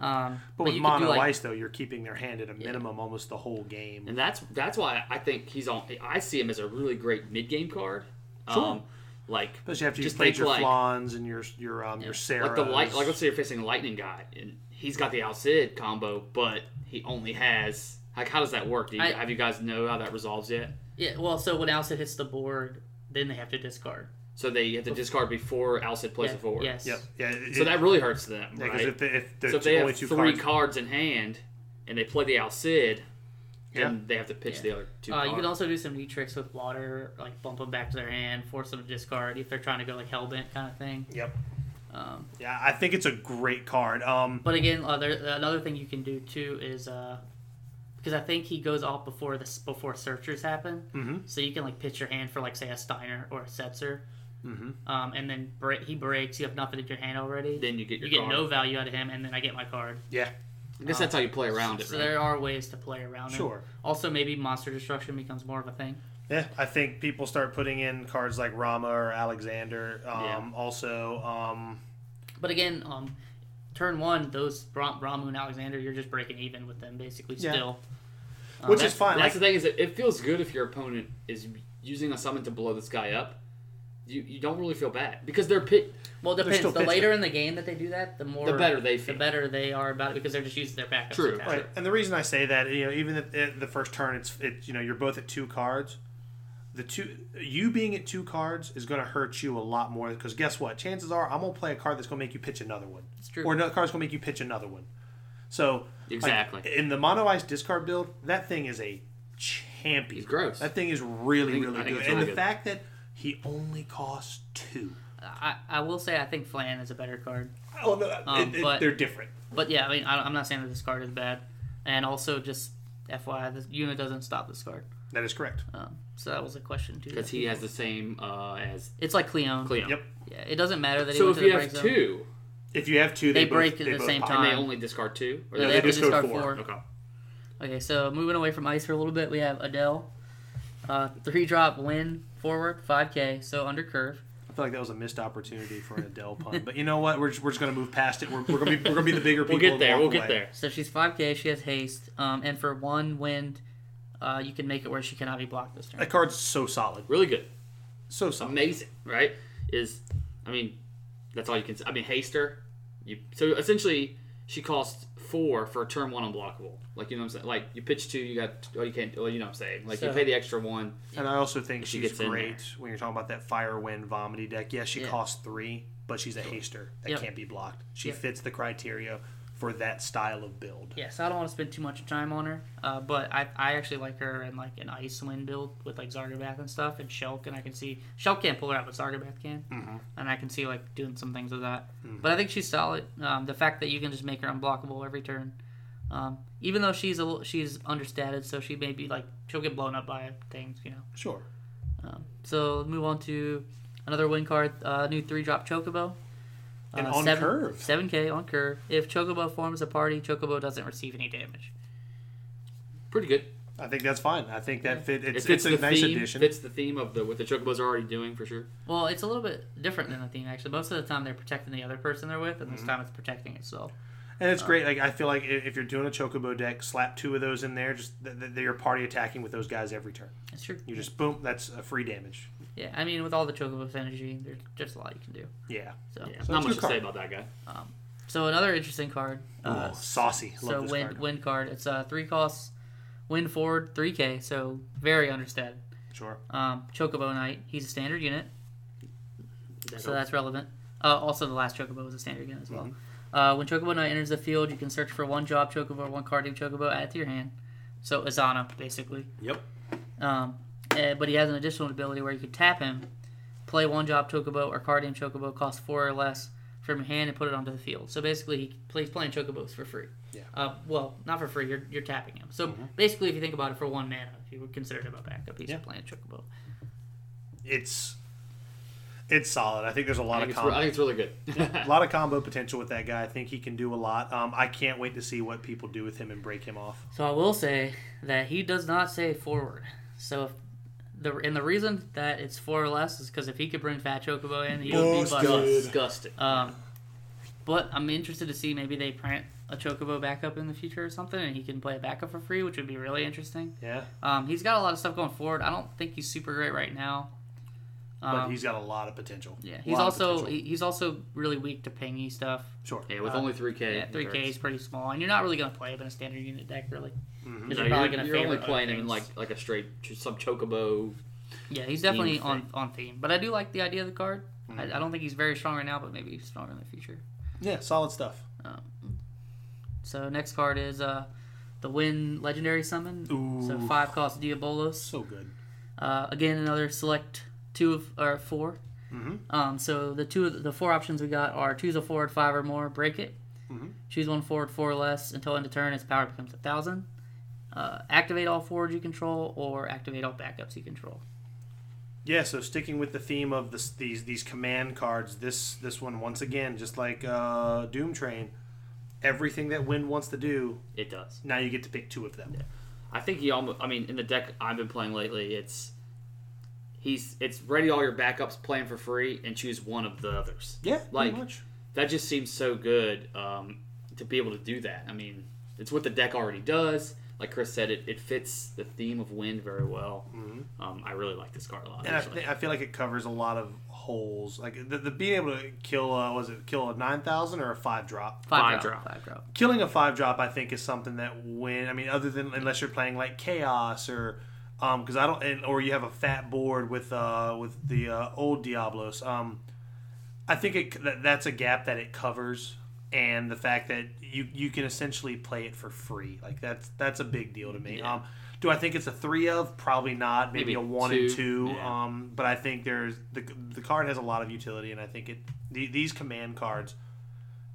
S3: Um,
S1: But, with
S3: you could do,
S1: mono
S3: like-
S1: ice though, you're keeping their hand at a minimum almost the whole game.
S2: And that's that's why I think he's on. I see him as a really great mid game card. Um, like
S1: Especially after you
S2: just
S1: played
S2: think,
S1: your
S2: like,
S1: Flans and your your um your Sarah.
S2: like the light. Like let's say you're facing a lightning guy, and he's got the Al Cid combo, but he only has. Like, how does that work? Do you,
S3: I-
S2: have you guys know how that resolves yet?
S3: Yeah, well, so when Alcid hits the board, then they have to discard.
S2: So they have to discard before Al Cid plays
S3: Yeah,
S2: a forward.
S3: Yes.
S1: Yep. Yeah. it-
S2: So
S1: it-
S2: that really hurts them,
S1: yeah, 'cause
S2: right?
S1: if the, if the
S2: so if
S1: two-
S2: they
S1: only
S2: have
S1: two
S2: three
S1: cards,
S2: cards. in hand, and they play the Al Cid,
S1: Yeah.
S2: then they have to pitch the other two.
S3: Uh, you
S2: cards.
S3: could also do some neat tricks with water, like bump them back to their hand, force them to discard if they're trying to go like hellbent kind of thing.
S1: Yep.
S3: Um,
S1: Yeah, I think it's a great card. Um,
S3: But again, other, another thing you can do too is uh, because I think he goes off before this before searchers happen,
S2: Mm-hmm.
S1: Mhm.
S3: so you can like pitch your hand for like say a Steiner or a Setzer, mm-hmm. um, and then break, he breaks. You have nothing in your hand already.
S2: then you get your
S3: you get
S2: card.
S3: no value out of him, and then I get my card.
S1: yeah,
S2: I guess that's how you play around it.
S3: So
S2: Right?
S3: there are ways to play around. him.
S1: Sure.
S3: Also, maybe monster destruction becomes more of a thing.
S1: yeah. I think people start putting in cards like Rama or Alexander. Um,
S2: Yeah.
S1: Also, um,
S3: But again, um, turn one, those Ram- Ramu and Alexander, you're just breaking even with them basically
S1: Yeah.
S3: still. Um,
S1: which is
S3: that's-
S1: fine.
S2: Uh, That's
S1: Like,
S2: the thing is that it feels good if your opponent is using a summon to blow this guy up. You you don't really feel bad because they're pit.
S3: Well, it
S1: They're still
S3: depends. The
S1: pitching.
S3: later in the game that they do that, the more
S2: The better they feel.
S3: the better they are about it because they're just using their backups.
S2: True.
S3: to attack.
S1: right. And the reason I say that, you know, even at at the first turn, it's it, you know you're both at two cards. The two you being at two cards is going to hurt you a lot more because guess what? Chances are I'm going to play a card that's going to make you pitch another one,
S3: It's true.
S1: or another card's going to make you pitch another one. So like,
S2: Exactly.
S1: in the mono ice discard build, that thing is a champion.
S2: He's gross.
S1: That thing is really
S2: I think-
S1: really
S2: I think
S1: good.
S2: it's
S1: and
S2: really
S1: the
S2: good.
S1: fact that he only costs two.
S3: I, I will say I think Flan is a better card,
S1: Oh no, it-
S3: Um,
S1: it-
S3: but-
S1: they're different.
S3: but yeah, I mean I, I'm not saying that this card is bad, and also just FYI, this unit doesn't stop this card.
S1: That is correct.
S3: Um, so that was a question too.
S2: because he has the same uh, as
S3: It's like Cleon.
S2: Cleo.
S1: Yep.
S3: Yeah, it doesn't matter that he
S2: So if
S3: went to the
S2: you
S3: break
S2: have
S3: zone.
S2: two,
S1: If you have two,
S3: They
S1: they,
S3: break
S1: both,
S3: at
S1: they
S3: the
S1: both
S3: same
S1: pop.
S3: time.
S2: and they
S3: Um,
S2: only discard two, or
S3: Yeah,
S1: they
S3: they have to
S1: just go
S3: discard
S1: four.
S3: four.
S2: okay.
S3: Okay, so moving away from ice for a little bit, we have Adele, uh, three drop win forward 5K, so under curve.
S1: I feel like that was a missed opportunity for an Adele pun, but you know what? We're just, we're just gonna move past it. We're, we're gonna be we're gonna be the bigger people.
S2: We'll get
S1: and
S2: there.
S1: walk
S2: We'll get
S1: away.
S2: there.
S3: So she's 5K. She has haste, um, and for one wind, uh, you can make it where she cannot be blocked this turn.
S1: That card's so solid,
S2: Really good.
S1: so solid.
S2: amazing, right? Is I mean, that's all you can. Say. I mean, Haster. You so essentially she costs four for a turn one unblockable. Like you know what I'm saying. Like you pitch two, you got. Oh, you can't. Well, you know what I'm saying. Like you
S3: So-
S2: pay the extra one.
S1: And I also think
S2: She
S1: she's
S2: gets in
S1: great
S2: there.
S1: when you're talking about that fire wind vomity deck. Yes, she
S3: Yeah.
S1: costs three, but she's a haster that
S3: Yep.
S1: can't be blocked. She
S3: Yep.
S1: fits the criteria for that style of build.
S3: Yeah, so I don't want to spend too much time on her, uh, but I, I actually like her in like an ice wind build with like Zargabath and stuff, and Shulk, and I can see Shulk can't pull her out, but Zargabath can, and I can see like doing some things with that. But I think she's solid. Um, the fact that you can just make her unblockable every turn, um, even though she's a little, she's understated, so she may be like she'll get blown up by things, you know.
S1: Sure.
S3: Um, so move on to another win card, uh, new three drop Chocobo. Uh,
S1: And on curve.
S3: Seven K on curve. If Chocobo forms a party, Chocobo doesn't receive any damage.
S2: Pretty good.
S1: I think that's fine. I think that fit. It's,
S2: it fits
S1: it's a
S2: the
S1: nice
S2: theme.
S1: addition.
S2: Fits the theme of the what the chocobos are already doing for sure.
S3: Well, it's a little bit different than the theme actually. Most of the time they're protecting the other person they're with, and this
S1: Mm-hmm.
S3: time it's protecting itself.
S1: And it's great. Like I feel like i- if you're doing a chocobo deck, slap two of those in there. Just th- th- you're party attacking with those guys every turn.
S3: It's true.
S1: You just boom. That's a free damage.
S3: Yeah, I mean with all the Chocobo synergy, there's just a lot you can do.
S1: Yeah.
S3: So
S2: Yeah,
S1: So it's
S2: not
S1: a
S2: much
S1: good
S2: to
S1: card.
S2: say about that guy.
S3: So another interesting card. Uh,
S1: Ooh, saucy. Love
S3: so
S1: this
S3: wind
S1: card.
S3: wind card. It's uh three costs, wind forward three K. So very understated.
S1: Sure.
S3: Um, Chocobo Knight. He's a standard unit, so
S2: Dope.
S3: that's relevant. Uh, also, the last Chocobo was a standard unit as well.
S1: Mm-hmm.
S3: Uh, when Chocobo Knight enters the field, you can search for one job Chocobo or one card named Chocobo added to your hand. So Azana, basically.
S1: Yep.
S3: Um, eh, but he has an additional ability where you could tap him, play one job Chocobo or card named Chocobo, cost four or less from your hand, and put it onto the field. So basically, he plays playing Chocobos for free.
S1: Yeah. Mm-hmm.
S3: Uh, well, not for free. You're, you're tapping him. So basically, if you think about it, for one mana, if you would consider him a backup, he's
S1: Yeah.
S3: playing Chocobo.
S1: It's it's solid. I think there's a
S2: I
S1: lot
S2: think,
S1: of
S2: it's, re- I
S1: combo,
S2: think it's really good.
S1: a lot of combo potential with that guy. I think he can do a lot. Um, I can't wait to see what people do with him and break him off.
S3: So I will say that he does not say forward. So if the and the reason that it's four or less is because if he could bring Fat Chocobo in, he would be
S1: Busted.
S3: busted.
S2: Disgusting.
S3: Um, but I'm interested to see maybe they print a Chocobo backup in the future or something, and he can play a backup for free, which would be really interesting.
S1: Yeah,
S3: Um, he's got a lot of stuff going forward. I don't think he's super great right now. Um,
S1: but he's got a lot of potential.
S3: yeah, he's
S1: Lot of
S3: also
S1: potential.
S3: he, he's also really weak to pingy stuff.
S1: sure.
S2: yeah, with
S3: uh,
S2: only 3K.
S3: Yeah,
S2: it
S3: three K is
S2: hurts.
S3: pretty small, and you're not really gonna play him in a standard unit deck, really.
S1: Mm-hmm.
S3: 'Cause
S2: No,
S3: you're probably
S2: you're
S3: gonna
S2: you're only
S3: favor other
S2: playing him in
S3: things.
S2: like, like a straight, some chocobo.
S3: Yeah, he's definitely
S2: theme
S3: on, on theme. But I do like the idea of the card. I, I don't think he's very strong right now, but maybe he's stronger in the future.
S1: Yeah, solid stuff.
S3: So next card is uh, the Wind Legendary Summon. So
S1: Ooh.
S3: five cost Diabolos.
S1: So good.
S3: Uh, again, another select two of or 4 Um, so the two of the four options we got are choose a forward five or more, break it. Choose one forward four or less until end of turn. Its power becomes a thousand. Uh, activate all forwards you control, or activate all backups you control.
S1: Yeah, so sticking with the theme of this, these these command cards, this this one once again, just like uh, Doom Train, everything that Win wants to do,
S2: It does.
S1: now you get to pick two of them.
S2: I think he almost. I mean, in the deck I've been playing lately, it's he's it's ready all your backups, playing for free, and choose one of the others.
S1: Yeah,
S2: like
S1: pretty much.
S2: that just seems so good um, to be able to do that. I mean, it's what the deck already does. Like Chris said, it, it fits the theme of wind very well.
S1: Mm-hmm.
S2: Um, I really like this card a lot.
S1: And I,
S2: actually.
S1: th- I feel like it covers a lot of holes. Like the, the being able to kill, uh, was it kill a nine thousand or a five drop?
S2: Five
S3: Five,
S2: drop.
S3: drop. Five drop.
S1: Killing a five drop, I think, is something that when I mean, other than unless you're playing like chaos or um, because I don't, and, or you have a fat board with uh with the uh, old Diablos. Um, I think it that, that's a gap that it covers, and the fact that you you can essentially play it for free, like that's that's a big deal to me.
S2: Yeah.
S1: Um, do I think it's a three of? Probably not. Maybe,
S2: Maybe
S1: a one
S2: two,
S1: and two.
S2: yeah.
S1: Um, but I think there's the the card has a lot of utility, and I think it the, these command cards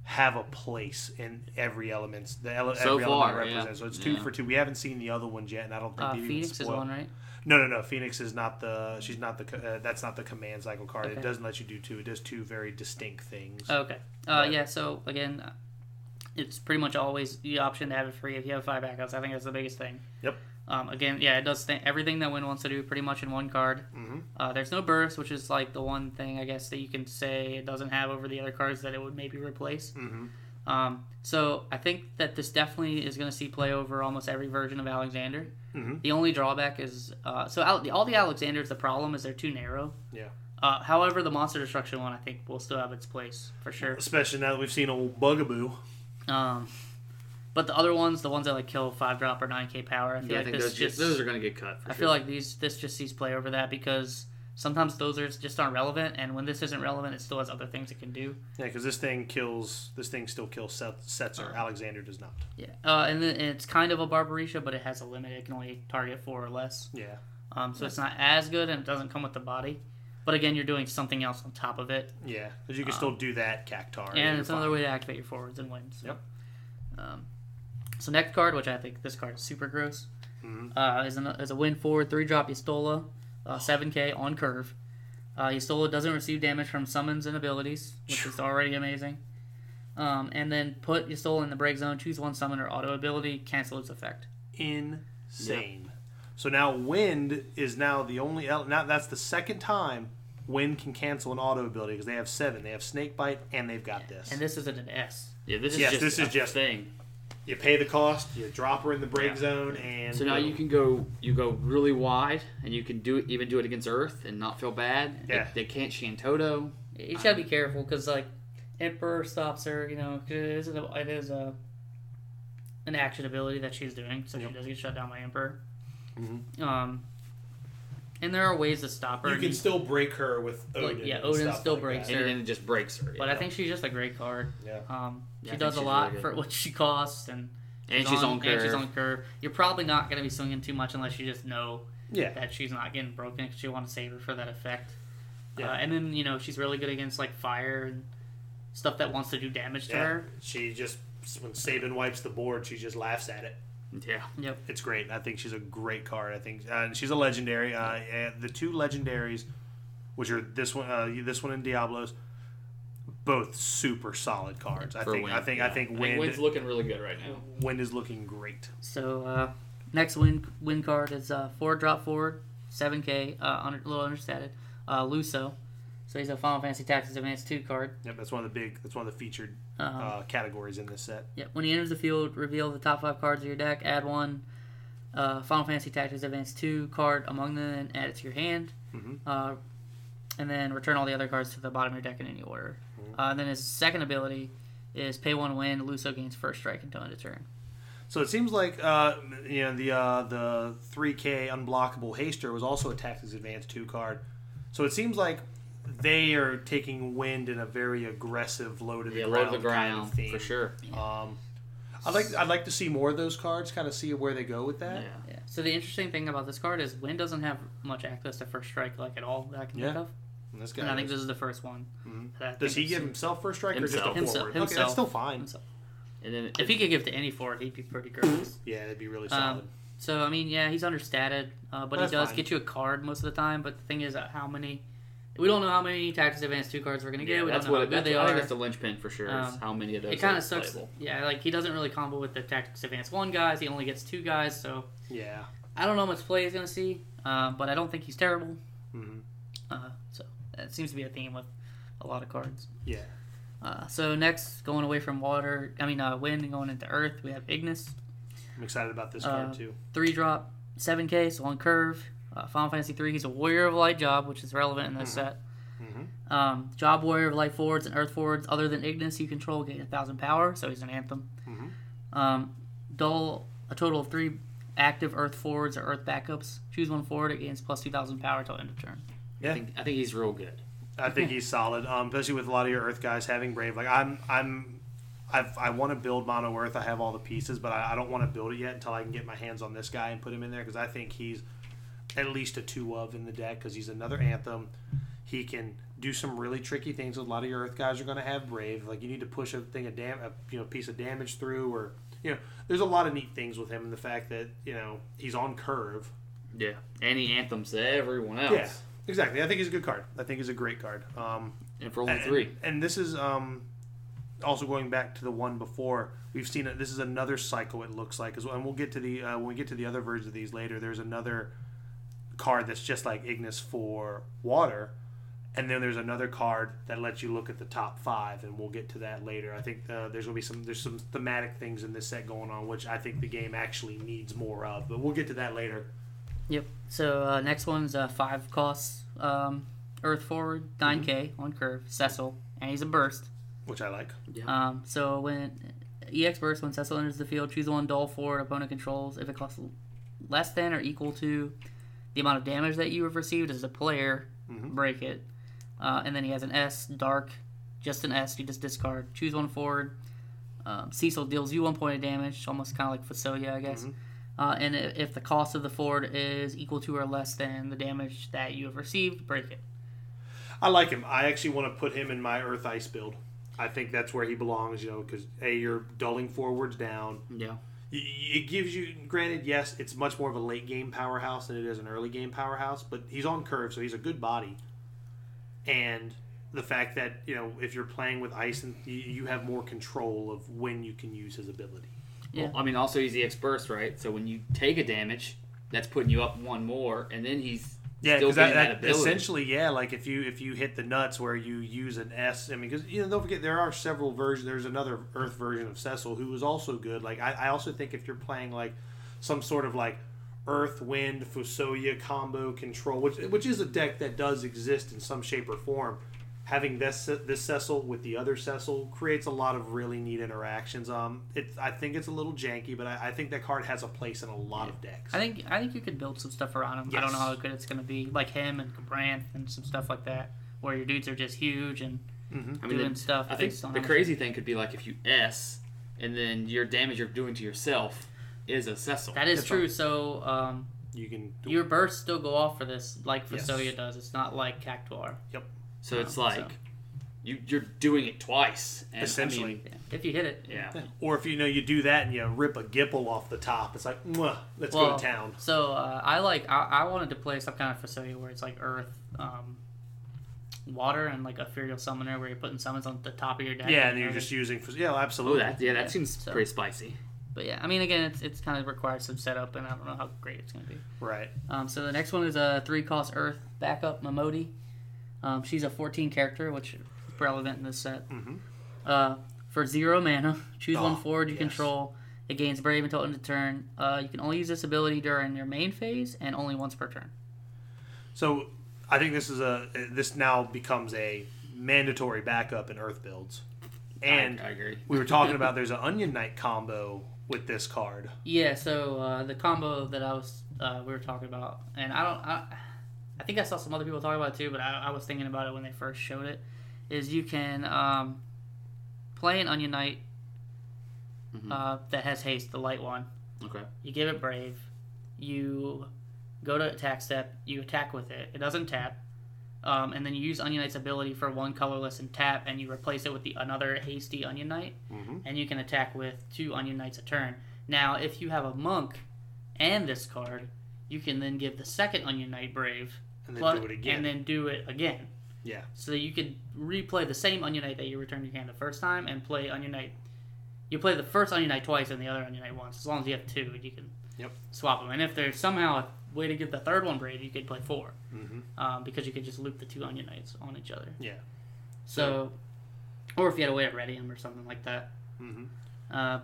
S1: have a place in every elements the ele-
S2: So
S1: every
S2: far,
S1: element
S2: yeah.
S1: represents. So it's two
S2: Yeah.
S1: for two. We haven't seen the other ones yet, and I don't think
S3: Uh,
S1: they've even
S3: Phoenix is
S1: spoiled-
S3: one, right?
S1: No, no, no. Phoenix is not the. She's not the. co- Uh, that's not the command cycle card.
S3: Okay.
S1: It doesn't let you do two. It does two very distinct things.
S3: Okay. Uh, yeah. So again, uh, it's pretty much always the option to have it free if you have five backups. I think that's the biggest thing.
S1: Yep.
S3: Um, again, yeah, it does th- everything that Win wants to do pretty much in one card. Mm-hmm. Uh, there's no burst, which is like the one thing I guess that you can say it doesn't have over the other cards that it would maybe replace. Mm-hmm. Um, so I think that this definitely is going to see play over almost every version of Alexander. Mm-hmm. The only drawback is uh, so Al- all the Alexanders. The problem is they're too narrow.
S1: Yeah.
S3: Uh, however, the monster destruction one I think will still have its place for sure.
S1: Especially now that we've seen old Bugaboo.
S3: Um, but the other ones, the ones that like kill five drop or nine k power, I feel
S2: Yeah, I
S3: like
S2: think
S3: this
S2: those,
S3: just,
S2: those are going to get cut. For
S3: I
S2: sure.
S3: feel like these this just sees play over that because sometimes those are just aren't relevant, and when this isn't relevant, it still has other things it can do.
S1: Yeah, because this thing kills. This thing still kills Seth, Setzer.
S3: Uh.
S1: Alexander does not.
S3: Yeah, uh, and then and it's kind of a Barbarisha, but it has a limit; it can only target four or less.
S1: Yeah.
S3: Um, so it's not as good, and it doesn't come with the body. But again, you're doing something else on top of it,
S1: Yeah, because you can still do that Cactar.
S3: Uh. and
S1: you're
S3: it's another
S1: fine.
S3: way to activate your forwards and wins.
S1: Yep.
S3: Um, so next card, which I think this card is super gross,
S1: Mm-hmm.
S3: uh, is, an, is a win forward three drop Estola, uh, seven K on curve. Uh, Estola doesn't receive damage from summons and abilities, which is already amazing. Um, and then put Estola in the break zone. Choose one summon or auto ability. Cancel its effect.
S1: insane. So now wind is now the only ele- now that's the second time wind can cancel an auto ability because they have seven. They have snake bite and they've got this.
S3: And this isn't an S.
S2: yeah, this is
S1: Yes,
S2: just
S1: this is
S2: a
S1: just-
S2: thing.
S1: you pay the cost. You drop her in the break
S2: Yeah.
S1: zone, and
S2: So now you can go you go really wide, and you can do it even do it against Earth and not feel bad. They-
S1: Yeah.
S2: they, can't Shantoto.
S3: You just gotta be careful because like Emperor stops her, you know, 'cause it is, a, it is a, an action ability that she's doing, so
S1: Yep.
S3: she does get shut down by Emperor.
S2: Mm-hmm.
S1: Mhm.
S3: Um, and there are ways to stop her.
S1: You
S3: and
S1: can
S3: you-
S1: still break her with Odin.
S3: yeah,
S1: and
S3: Odin
S1: stuff
S3: still
S1: like
S3: breaks
S1: that.
S2: and then it just breaks her.
S3: but I think she's just a great card.
S1: Yeah.
S3: Um, she
S2: Yeah, I think
S3: does a
S2: she's
S3: lot
S2: really good.
S3: for what she costs, and
S2: and she's on, curve.
S3: and she's on curve. You're probably not going to be swinging too much unless you just know
S1: Yeah.
S3: that she's not getting broken 'cause you want to save her for that effect.
S1: Yeah.
S3: Uh, and then you know she's really good against like fire and stuff that wants to do damage to
S1: yeah.
S3: her.
S1: She just when Saban wipes the board, she just laughs at it.
S2: Yeah,
S3: Yep.
S1: It's great. I think she's a great card. I think uh, and she's a legendary. Uh, and the two legendaries, which are this one, uh, this one and Diablos, both super solid cards. I
S2: for
S1: think,
S2: Wind,
S1: I think.
S2: yeah.
S1: I think.
S2: I think
S1: Wind.
S2: Wind's looking really good right now.
S1: Wind is looking great.
S3: So uh, next win win card is uh, four drop forward, seven K, uh, under, a little understated, uh, Luso. So he's a Final Fantasy Tactics Advanced two card.
S1: Yep, that's one of the big. That's one of the featured
S2: Uh-huh.
S3: Um,
S1: uh, categories in this set.
S3: Yep. When he enters the field, reveal the top five cards of your deck. Add one uh, Final Fantasy Tactics Advance two card among them and add it to your hand.
S1: Mhm.
S3: Uh, and then return all the other cards to the bottom of your deck in any order. Uh, and then his second ability is pay one win. Luso gains first strike until end of turn.
S1: So it seems like uh, you know the uh, the 3K unblockable haster was also a tactics advance two card. So it seems like they are taking wind in a very aggressive low to the
S2: Yeah,
S1: ground,
S2: low to the ground
S1: kind of
S2: for
S1: theme.
S2: sure.
S1: Um, I'd like I'd like to see more of those cards. Kind of see where they go with
S2: Yeah,
S1: that.
S3: Yeah. So the interesting thing about this card is Win doesn't have much access to first strike like at all that I can think
S1: Yeah.
S3: of.
S1: And this
S3: And I
S1: guy
S3: think
S1: is- Mm-hmm.
S3: this is the first one. that I
S1: does
S3: think
S1: he
S3: I've
S1: give
S3: seen.
S1: himself first strike or
S2: Himself.
S1: just a forward?
S3: Himself-
S1: Okay, that's still
S3: himself.
S1: fine.
S2: and then
S3: If he could give to any forward, he'd be pretty gross.
S1: Yeah, that'd be really
S3: Um,
S1: solid.
S3: So I mean, yeah, he's understated, uh, but
S1: That's
S3: he does
S1: fine.
S3: get you a card most of the time. But the thing is, uh, how many? We don't know how many tactics advance two cards we're gonna get.
S2: yeah,
S3: we
S2: that's
S3: don't
S2: what
S3: know how good
S2: that's,
S3: they
S2: I think
S3: are.
S2: that's the linchpin for sure. Is
S3: Um,
S2: how many of those?
S3: It kind
S2: are
S3: of sucks.
S2: playable.
S3: Yeah, like he doesn't really combo with the tactics advance one guys. He only gets two guys, so
S1: yeah.
S3: I don't know how much play he's gonna see. Uh, but I don't think he's terrible.
S1: hmm
S3: Uh, so that seems to be a theme with a lot of cards.
S1: Yeah.
S3: Uh, so next, going away from water, I mean uh, wind, and going into earth, we have Ignis.
S1: I'm excited about this
S3: Uh,
S1: card too.
S3: three drop, seven K, so on curve. Uh, Final Fantasy three, he's a Warrior of Light job, which is relevant in this set.
S1: Mhm.
S3: Um, job Warrior of Light forwards and Earth forwards, other than Ignis, you control gain a thousand power, so he's an anthem.
S1: Mhm.
S3: Um, dull a total of three active Earth forwards or Earth backups. Choose one forward, it gains plus two thousand power till end of turn.
S1: Yeah.
S2: I think, I think he's real good.
S1: I think he's solid, um, especially with a lot of your Earth guys having Brave. Like I'm, I'm, I've, I want to build Mono Earth. I have all the pieces, but I, I don't want to build it yet until I can get my hands on this guy and put him in there because I think he's at least a two of in the deck because he's another Anthem. He can do some really tricky things. A lot of your Earth guys are going to have Brave. Like you need to push a thing a dam, a, you know, piece of damage through, or you know, there's a lot of neat things with him and the fact that you know he's on curve.
S2: Yeah, and he anthems everyone else.
S1: Yeah, exactly. I think he's a good card. I think he's a great card. Um,
S2: and for only
S1: and,
S2: three.
S1: And this is um, also going back to the one before. We've seen it. This is another cycle. It looks like as well. And we'll get to the uh, when we get to the other versions of these later. There's another card that's just like Ignis for water, and then there's another card that lets you look at the top five. And we'll get to that later. I think uh, there's gonna be some there's some thematic things in this set going on, which I think the game actually needs more of. But we'll get to that later.
S3: Yep. So uh, next one's uh, five costs. Um, Earth forward, nine K on curve, Cecil, and he's a burst.
S1: Which I like.
S3: Um, so when EX burst, when Cecil enters the field, choose one dull forward opponent controls. If it costs l- less than or equal to the amount of damage that you have received as a player, break it. Uh, and then he has an S, dark, just an S. You just discard. Choose one forward. Um, Cecil deals you one point of damage, almost kind of like Facilia, I guess. Uh, and i- if the cost of the forward is equal to or less than the damage that you have received, break it.
S1: I like him. I actually want to put him in my Earth Ice build. I think that's where he belongs, you know, because A, you're dulling forwards down.
S2: Yeah.
S1: Y- y- It gives you, granted, yes, it's much more of a late game powerhouse than it is an early game powerhouse, but he's on curve, so he's a good body. And the fact that, you know, if you're playing with ice, and y- you have more control of when you can use his ability.
S3: Yeah.
S2: Well, I mean, also he's the ex burst, right? So when you take a damage, that's putting you up one more, and then he's
S1: Yeah,
S2: still
S1: because that,
S2: getting that,
S1: that
S2: ability.
S1: essentially, yeah, like if you if you hit the nuts where you use an S, I mean, because you know, don't forget there are several versions. There's another Earth version of Cecil who is also good. Like I, I also think if you're playing like some sort of like Earth Wind Fusoya combo control, which which is a deck that does exist in some shape or form, having this this Cecil with the other Cecil creates a lot of really neat interactions. Um, it's I think it's a little janky, but I, I think that card has a place in a lot of decks.
S3: I think I think you could build some stuff around him. I don't know how good it's going to be, like him and Cabranth and some stuff like that, where your dudes are just huge and
S1: Mm-hmm.
S2: I mean,
S3: doing
S2: the-
S3: stuff
S2: I think
S3: based on
S2: the
S3: how much-
S2: crazy thing could be like if you S, and then your damage you're doing to yourself is a Cecil.
S3: that is
S1: That's
S3: true. So um,
S1: you can do
S3: your bursts still go off for this, like
S1: Yes.
S3: Fasolia does. It's not like Cactuar.
S2: so it's
S3: Yeah,
S2: like
S3: oh, so.
S2: you you're doing it twice. And, I
S1: Essentially.
S2: mean,
S3: Yeah. If you hit it,
S2: yeah.
S1: or if you know you do that and you rip a Gipple off the top, it's like Mwah, let's go
S3: Well,
S1: to town.
S3: So uh, I like I, I wanted to play some kind of facility where it's like earth, um, water, and like a ethereal summoner where you're putting summons on the top of your deck.
S1: Yeah, and you're
S3: everything.
S1: just using for yeah,
S2: Oh,
S1: absolutely.
S2: that yeah, that
S3: Yeah,
S2: seems
S3: so.
S2: pretty spicy.
S3: But yeah, I mean, again, it's it's kind of requires some setup, and I don't know how great it's gonna be.
S1: Right.
S3: Um, so the next one is a three cost earth backup Mamodi. Um, she's a 14 character, which is relevant in this set.
S1: Mhm.
S3: Uh, for zero mana, choose one
S1: Oh,
S3: forward you
S1: yes.
S3: control. It gains brave until end of turn. Uh, you can only use this ability during your main phase and only once per turn.
S1: So I think this is a this now becomes a mandatory backup in Earth builds. And
S2: I, I agree.
S1: we were talking about there's an Onion Knight combo with this card.
S3: Yeah, so uh, the combo that I was uh, we were talking about, and I don't, I, I think I saw some other people talk about it too, but I, I was thinking about it when they first showed it. Is you can um, play an Onion Knight uh, that has haste, the light one.
S2: Okay.
S3: You give it Brave. You go to attack step. You attack with it. It doesn't tap. Um, and then you use Onion Knight's ability for one colorless and tap, and you replace it with the another hasty Onion Knight,
S1: Mhm.
S3: and you can attack with two Onion Knights a turn. Now, if you have a monk and this card, you can then give the second Onion Knight Brave,
S1: And then
S3: plus-
S1: do it again.
S3: and then do it again.
S1: Yeah.
S3: So that you could replay the same Onion Knight that you returned your hand the first time, and play Onion Knight. You play the first Onion Knight twice and the other Onion Knight once. As long as you have two, you can
S1: Yep.
S3: swap them. And if there's somehow a way to get the third one brave, you could play 4 um, because you could just loop the two onion knights on each other.
S1: Yeah.
S3: So, or if you had a way to ready him or something like that.
S1: Mhm.
S3: Uh,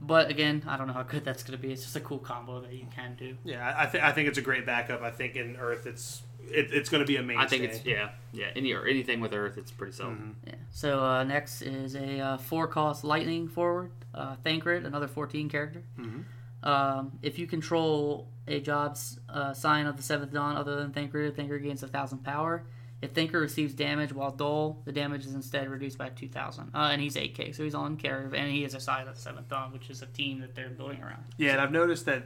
S3: but again, I don't know how good that's going to be. It's just a cool combo that you can do.
S1: Yeah, I- I think I think it's a great backup. I think in Earth it's it, it's going to be a mainstay.
S2: I think it's yeah, yeah. Any or anything with Earth, it's pretty solid.
S1: Mm-hmm.
S3: Yeah. So uh, next is a uh, four cost lightning forward, uh, Thancred, another 14 character.
S1: Mm-hmm.
S3: Um, if you control a job's uh, sign of the seventh dawn other than Thancred, Thancred gains a thousand power. If Thinker receives damage while dull, the damage is instead reduced by 2,000. Uh, and he's 8k, so he's on care of, and he is a side of the Seventh Dawn, which is a team that they're building around.
S1: Yeah, and I've noticed that.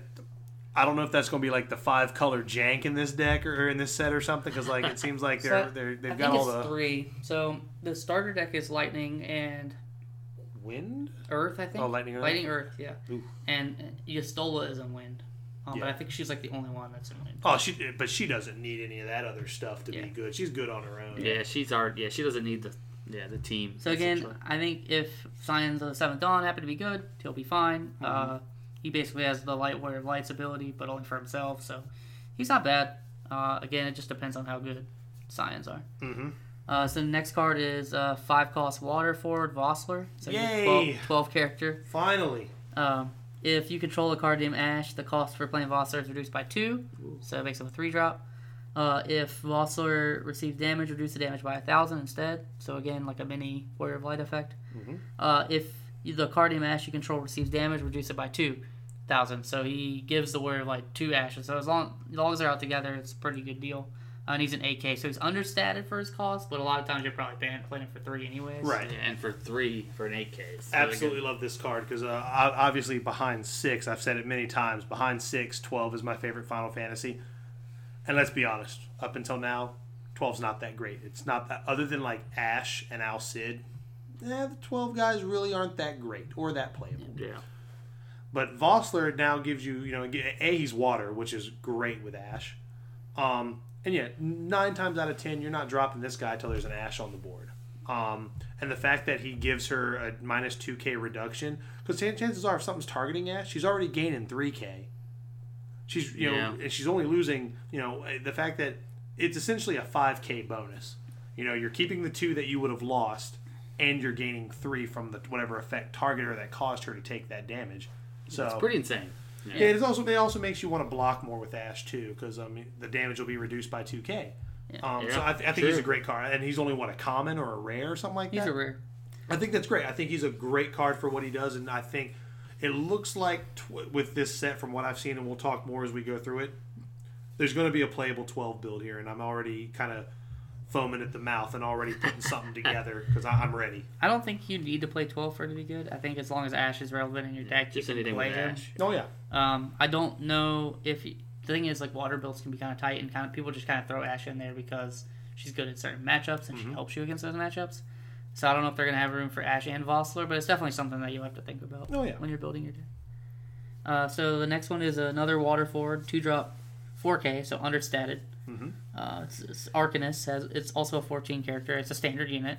S1: I don't know if that's going to be like the five color jank in this deck or, or in this set or something because like it seems like they're,
S3: So,
S1: they're
S3: I
S1: they've
S3: think
S1: got all
S3: it's
S1: the
S3: three. So the starter deck is Lightning and
S1: wind.
S3: Earth, I think.
S1: Oh, Lightning Earth?
S3: Lightning Earth, yeah.
S1: Ooh.
S3: And uh, Yestola is in Wind. Um, But
S1: Yeah.
S3: I think she's like the only one that's in Wind.
S1: Oh, she but she doesn't need any of that other stuff to
S3: Yeah.
S1: be good. She's good on her own.
S2: Yeah, she's our yeah. She doesn't need the yeah the team.
S3: So again,
S2: essentially.
S3: I think if Scions of the Seventh Dawn happen to be good, he'll be fine.
S1: Mm-hmm.
S3: Uh, he basically has the Light Warrior of Lights ability, but only for himself, so he's not bad. Uh, again, it just depends on how good Scions are.
S1: Mhm.
S3: Uh, so the next card is uh, five cost water forward Vossler. So he's a
S1: Yay!
S3: 12, 12 character.
S1: Finally,
S3: Um, if you control a card named Ash, the cost for playing Vossler is reduced by two, so it makes him a three drop. Uh, if Vossler receives damage, reduce the damage by a thousand instead. So again, like a mini Warrior of Light effect. Uh, if you- the card named Ash you control receives damage, reduce it by two thousand. So he gives the Warrior of Light two Ashes. So as long as long as they're out together, it's a pretty good deal. Uh, and he's an AK, so he's understated for his cost, but a lot of times you're probably paying, playing it for three anyways.
S1: right?
S2: Yeah, and for three for an eight K,
S1: Absolutely love this card because uh, ob- obviously behind six, I've said it many times. Behind six, 12 is my favorite Final Fantasy, and let's be honest, up until now, 12's not that great. It's not that other than like Ash and Al Cid, eh, the twelve guys really aren't that great or that playable.
S2: Yeah,
S1: But Vossler now gives you, you know, A, he's water, which is great with Ash. Um, and yeah, nine times out of ten, you're not dropping this guy till there's an Ash on the board. Um, and the fact that he gives her a minus 2K reduction, because chances are if something's targeting Ash, she's already gaining 3K. She's, you know,
S2: Yeah.
S1: and she's only losing, you know, eh, the fact that it's essentially a 5K bonus. You know, you're keeping the two that you would have lost, and you're gaining three from the whatever effect targeter that caused her to take that damage. So
S2: it's pretty insane.
S1: yeah, it is also it also makes you want to block more with Ash too, because I mean the damage will be reduced by two K. Um, so
S2: Yeah,
S1: I, th- I think
S2: true.
S1: he's a great card, and he's only what a common or a rare or something like
S3: He's
S1: that.
S3: a rare.
S1: I think that's great. I think he's a great card for what he does, and I think it looks like tw- with this set, from what I've seen, and we'll talk more as we go through it. There's going to be a playable 12 build here, and I'm already kind of foaming at the mouth and already putting something together because I'm ready.
S3: I don't think you need to play 12 for it to be good. I think as long as Ash is relevant in your deck,
S2: Just
S3: you can
S2: anything
S3: play
S2: with
S3: him.
S2: Ash.
S1: Oh yeah,
S3: Um, I don't know if the thing is like water builds can be kind of tight and kind of people just kind of throw Ash in there because she's good at certain matchups and she helps you against those matchups. So I don't know if they're gonna have room for Ash and Vossler, but it's definitely something that you'll have to think about
S1: Oh, yeah.
S3: when you're building your deck. Uh, so the next one is another water forward, two drop, 4K, so understated. Uh, it's, it's Arcanist has it's also a 14 character. It's a standard unit.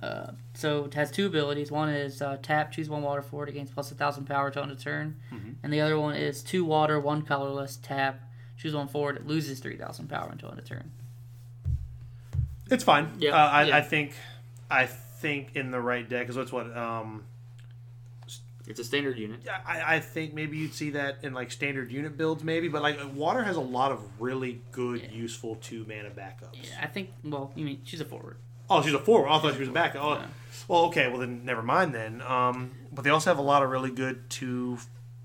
S3: Uh, so it has two abilities. One is uh, tap, choose one water forward, it gains plus a thousand power to end a turn, and the other one is two water, one colorless, tap, choose one forward, it loses three thousand power until end of turn.
S1: it's fine.
S2: Yeah,
S1: uh, I,
S2: yeah.
S1: I think I think in the right deck because that's what um,
S2: It's a standard unit.
S1: I, I think maybe you'd see that in like standard unit builds maybe, but like water has a lot of really good useful two mana backups.
S3: I think. Well, you mean she's a forward.
S1: Oh, she's a forward. I thought she was a back. Oh, well, okay. Well, then never mind then. Um, but they also have a lot of really good two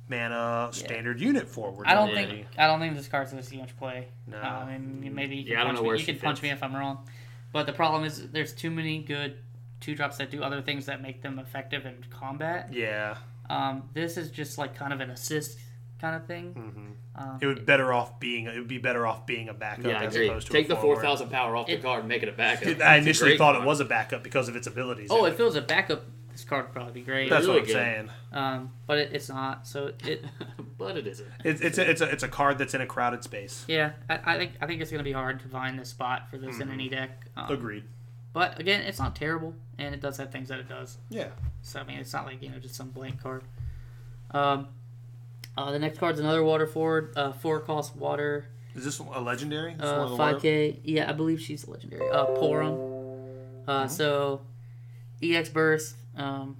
S1: mana standard unit forwards.
S3: I don't
S2: Yeah.
S3: think I don't think this card's gonna see much play.
S1: No.
S3: Uh, I mean, maybe you can
S2: Yeah, I don't
S3: punch
S2: know where
S3: me. You
S2: she
S3: can punch
S2: fits.
S3: me if I'm wrong. But the problem is there's too many good two drops that do other things that make them effective in combat.
S1: Yeah,
S3: Um, this is just like kind of an assist kind of thing. Um,
S1: it would better off being. It would be better off being a backup.
S2: Yeah, I
S1: as
S2: agree.
S1: Opposed to
S2: Take
S1: a
S2: the
S1: forward.
S2: four thousand power off the
S3: It-
S2: card and make it a backup. It's
S1: I
S2: a
S1: initially
S2: great
S1: thought it
S2: card.
S1: was a backup because of its abilities.
S3: oh, if it was a backup, this card would probably be great.
S1: that's
S2: really
S1: what I'm
S2: good.
S1: saying.
S3: Um, but it, it's not. So it,
S2: but it isn't.
S1: It's it's a, it's a it's a card that's in a crowded space.
S3: yeah, I, I think I think it's gonna be hard to find the spot for this in any deck. Um,
S1: Agreed.
S3: But again, it's not terrible, and it does have things that it does.
S1: Yeah.
S3: So I mean, it's not like you know just some blank card. Um, uh, the next card's another water forward, uh, four cost water,
S1: Is this a legendary? This one of
S3: uh,
S1: the
S3: five
S1: water-
S3: k. Yeah, I believe she's legendary. Uh, Porum. Uh,
S1: Mm-hmm.
S3: so, EX burst. Um,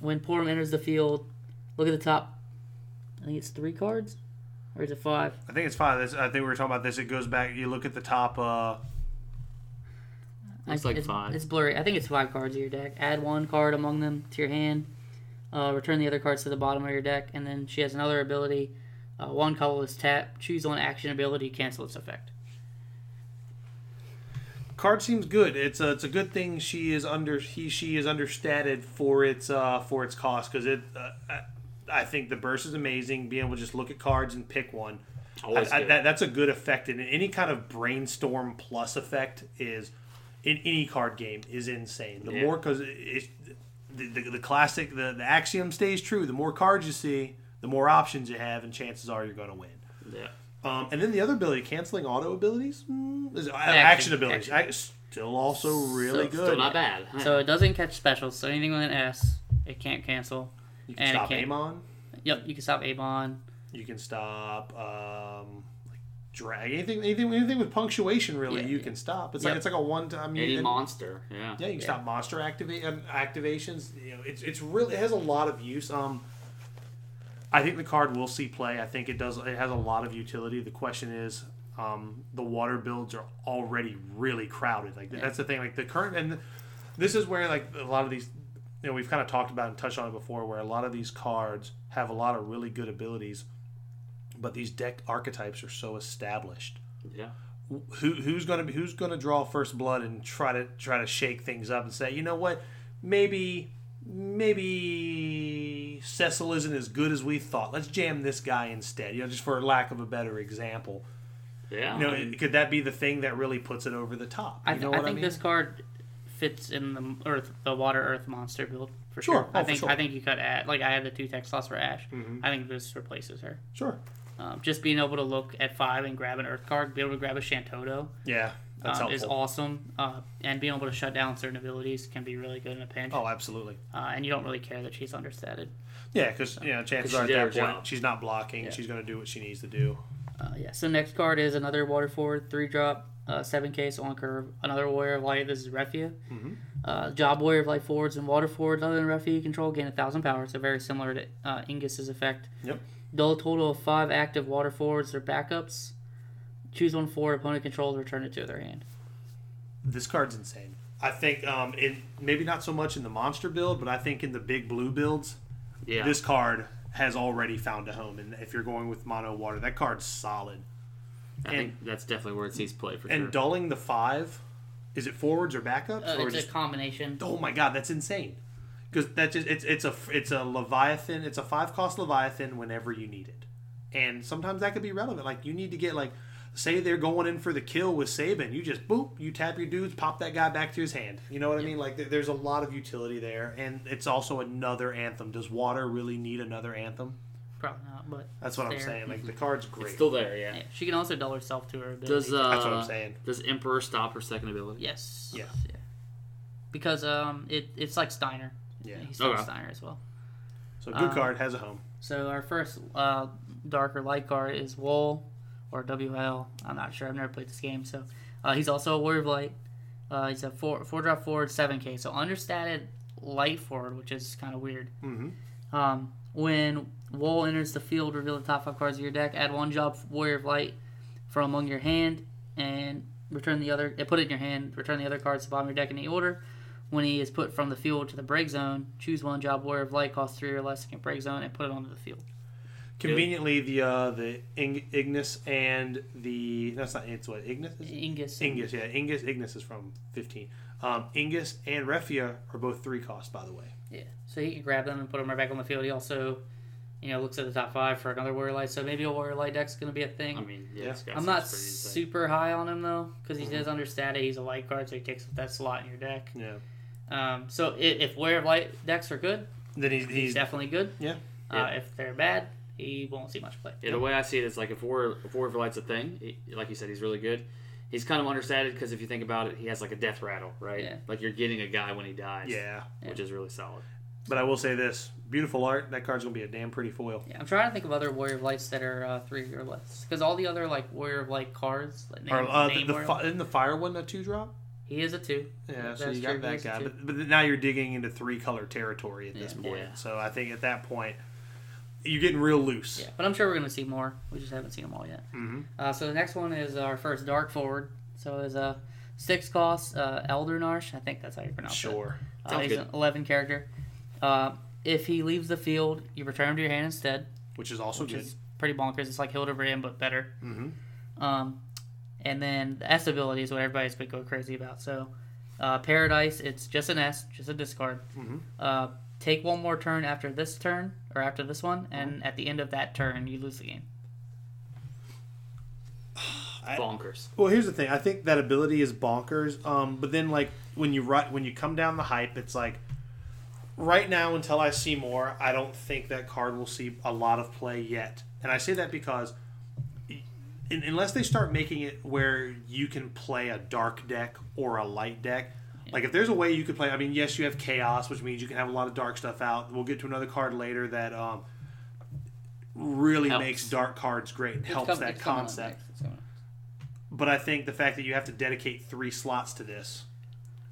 S3: when Porum enters the field, look at the top. I think it's three cards, or is it five?
S1: I think it's five. This, I think we were talking about this. It goes back. You look at the top. Uh,
S2: Looks like five.
S3: It's blurry. I think it's five cards of your deck. Add one card among them to your hand. Uh, return the other cards to the bottom of your deck, and then she has another ability. Uh, one colorless tap. Choose one action ability. Cancel its effect.
S1: card seems good. It's a, it's a good thing she is under he she is understated for its uh for its cost because it uh, I, I think the burst is amazing. Being able to just look at cards and pick one,
S2: Always
S1: I, I,
S2: good.
S1: that, that's a good effect. And any kind of brainstorm plus effect is in any card game is insane. The
S2: Yeah.
S1: more because it, the, the the classic the the axiom stays true. The more cards you see, the more options you have, and chances are you're going to win.
S2: yeah.
S1: Um, and then the other ability, canceling auto abilities, mm, is, action,
S3: Action,
S1: action abilities,
S3: action.
S1: Ac- still also really
S3: So-
S1: good.
S2: Still not bad. huh?
S3: So it doesn't catch specials. So anything with an S, it can't cancel.
S1: you can
S3: and it
S1: stop
S3: can't-
S1: Amon.
S3: Yep, you can stop Avon.
S1: You can stop um, like drag anything, anything, anything with punctuation. Really,
S3: Yeah,
S1: you
S3: yeah.
S1: can stop. It's
S3: Yep.
S1: like it's like a one time.
S2: Any
S1: you,
S2: monster. Yeah.
S1: Yeah, you can stop monster activate um, activations. You know, it's it's really it has a lot of use. Um, I think the card will see play. I think it does. It has a lot of utility. The question is, um, the water builds are already really crowded. Like that's the thing. Like the current and this is where like a lot of these. You know, we've kind of talked about and touched on it before, where a lot of these cards have a lot of really good abilities, but these deck archetypes are so established
S2: Yeah.
S1: who who's gonna be who's gonna draw first blood and try to try to shake things up and say, you know what, maybe maybe Cecil isn't as good as we thought. Let's jam this guy instead. You know, just for lack of a better example.
S2: Yeah.
S1: You know, it- could that be the thing that really puts it over the top?
S3: I,
S1: You
S3: th-
S1: know
S3: I
S1: what
S3: think
S1: I mean?
S3: this card fits in the Earth, the Water Earth monster build for sure.
S1: Sure. Oh,
S3: I
S1: for
S3: think
S1: sure. Mm-hmm.
S3: I think you could add like I had the two tech slots for Ash. I think this replaces her.
S1: sure.
S3: Um, just being able to look at five and grab an Earth card, be able to grab a Shantoto
S1: Yeah, that's
S3: um,
S1: helpful.
S3: is awesome, uh, and being able to shut down certain abilities can be really good in a pinch.
S1: Oh, absolutely.
S3: Uh, and you don't really care that she's understated.
S1: Yeah, because you know, chances
S2: she
S1: are at
S2: did her
S1: that point
S2: job.
S1: she's not blocking. She's going to do what she needs to do.
S3: Uh, yeah. So next card is another water forward, three drop, uh, seven case on curve. Another warrior of light. This is Refia.
S1: Mm-hmm.
S3: Uh, job warrior of light forwards and water forwards other than Refia you control gain a thousand power. So very similar to uh, Ingus's effect.
S1: Yep.
S3: Dull total of five active water forwards or backups. Choose one forward opponent controls, return it to their hand.
S1: This card's insane. I think, um, in maybe not so much in the monster build, but I think in the big blue builds,
S2: Yeah.
S1: this card has already found a home. And if you're going with mono water, that card's solid.
S2: I
S1: and-
S2: think that's definitely where it sees play for
S1: And
S2: sure.
S1: dulling the five, is it forwards or backups?
S3: Uh,
S1: or
S3: it's a
S1: just,
S3: combination.
S1: oh my god, that's insane. Because that's just it's it's a it's a leviathan. It's a five cost leviathan whenever you need it, and sometimes that could be relevant. Like you need to get like. Say they're going in for the kill with Saban, you just boop, you tap your dudes, pop that guy back to his hand. You know what I mean? Like there- there's a lot of utility there, and it's also another anthem. Does water really need another anthem?
S3: Probably not, but
S1: That's what
S3: it's
S1: I'm
S3: there.
S1: saying. Like the card's great.
S2: It's still there, yeah.
S3: Yeah, she can also dull herself to her ability.
S2: Does uh,
S1: That's what I'm saying.
S2: Does Emperor stop her second ability?
S3: Yes.
S1: Yeah.
S3: Because um, it, it's like Steiner.
S1: Yeah.
S3: He's like
S2: Okay.
S3: Steiner as well.
S1: so good card has a home.
S3: So our first uh, dark or light card is Wool or WL. I'm not sure. I've never played this game. So uh, he's also a Warrior of Light. Uh, he's a four four drop forward, seven K. So understated light forward, which is kind of weird.
S1: Mm-hmm.
S3: Um, when Wool enters the field, reveal the top five cards of your deck. Add one job Warrior of Light from among your hand, and return the other. And put it in your hand. Return the other cards to the bottom of your deck in any order. When he is put from the field to the break zone, choose one job Warrior of Light costs three or less in break zone and put it onto the field.
S1: Conveniently, the uh, the Ing- Ignis and the that's not it's what Ignis is it?
S3: Ingus.
S1: Ingus yeah Ingus Ignis is from fifteen. Um, Ingus and Refia are both three cost by the way.
S3: Yeah. So he can grab them and put them right back on the field. He also, you know, looks at the top five for another Warrior Light. So maybe a Warrior Light deck's going to be a thing.
S2: I mean, yeah.
S1: Yeah.
S2: it's got
S3: I'm
S2: some
S3: not
S2: pretty insane-
S3: super high on him though, because
S1: Mm-hmm.
S3: he does understat it. He's a light card, so he takes up that slot in your deck.
S1: Yeah.
S3: Um, so i- if Warrior of Light decks are good,
S1: Then he's,
S3: he's,
S1: he's
S3: definitely good.
S1: yeah
S3: Uh, if they're bad, he won't see much play.
S2: Yeah, the way I see it is like if War if War Light's a thing, he- like you said, he's really good. He's kind of understated because if you think about it, he has like a death rattle, right?
S3: Yeah.
S2: Like you're getting a guy when he dies.
S1: yeah.
S2: Which is really solid.
S1: But I will say this beautiful art that card's gonna be a damn pretty foil.
S3: Yeah, I'm trying to think of other Warrior of Lights that are uh, three or less, because all the other like Warrior of Light cards, like name,
S1: Or uh, the,
S3: name
S1: the,
S3: Warrior of
S1: fi- isn't the fire one a two drop?
S3: Light- he is a two.
S1: Yeah, so
S3: That's
S1: you
S3: true,
S1: got
S3: he is
S1: that guy.
S3: a two.
S1: But, but now you're digging into three color territory at this
S3: Yeah.
S1: point.
S2: Yeah.
S1: So I think at that point you're getting real loose.
S3: Yeah, but I'm sure we're gonna see more. We just haven't seen them all yet.
S1: Mm-hmm.
S3: Uh, so the next one is our first Dark Forward. So it's a uh, six cost uh, Elder Narsh. I think that's how you pronounce it.
S1: Sure.
S3: Uh,
S2: Sounds
S3: he's
S2: good.
S3: an 11 character. Uh, if he leaves the field, you return him to your hand instead,
S1: Which is also
S3: which
S1: good.
S3: is pretty bonkers. It's like Hildebrand, but better.
S1: Mhm.
S3: Um, and then the S ability is what everybody's been going crazy about. So uh, Paradise, it's just an S, just a discard.
S1: Mhm.
S3: Uh, take one more turn after this turn, or after this one, and
S1: Mm-hmm.
S3: at the end of that turn, you lose the game.
S1: I-
S2: Bonkers.
S1: Well, here's the thing. I think that ability is bonkers. Um, but then like when you ri- when you come down the hype, it's like right now until I see more, I don't think that card will see a lot of play yet. And I say that because in, unless they start making it where you can play a dark deck or a light deck. Like if there's a way you could play, I mean, yes, you have chaos, which means you can have a lot of dark stuff out. We'll get to another card later that um, really
S2: Helps.
S1: makes dark cards great and helps
S3: com-
S1: that
S3: it's coming up
S1: concept.
S3: next, it's coming up.
S1: But I think the fact that you have to dedicate three slots to this,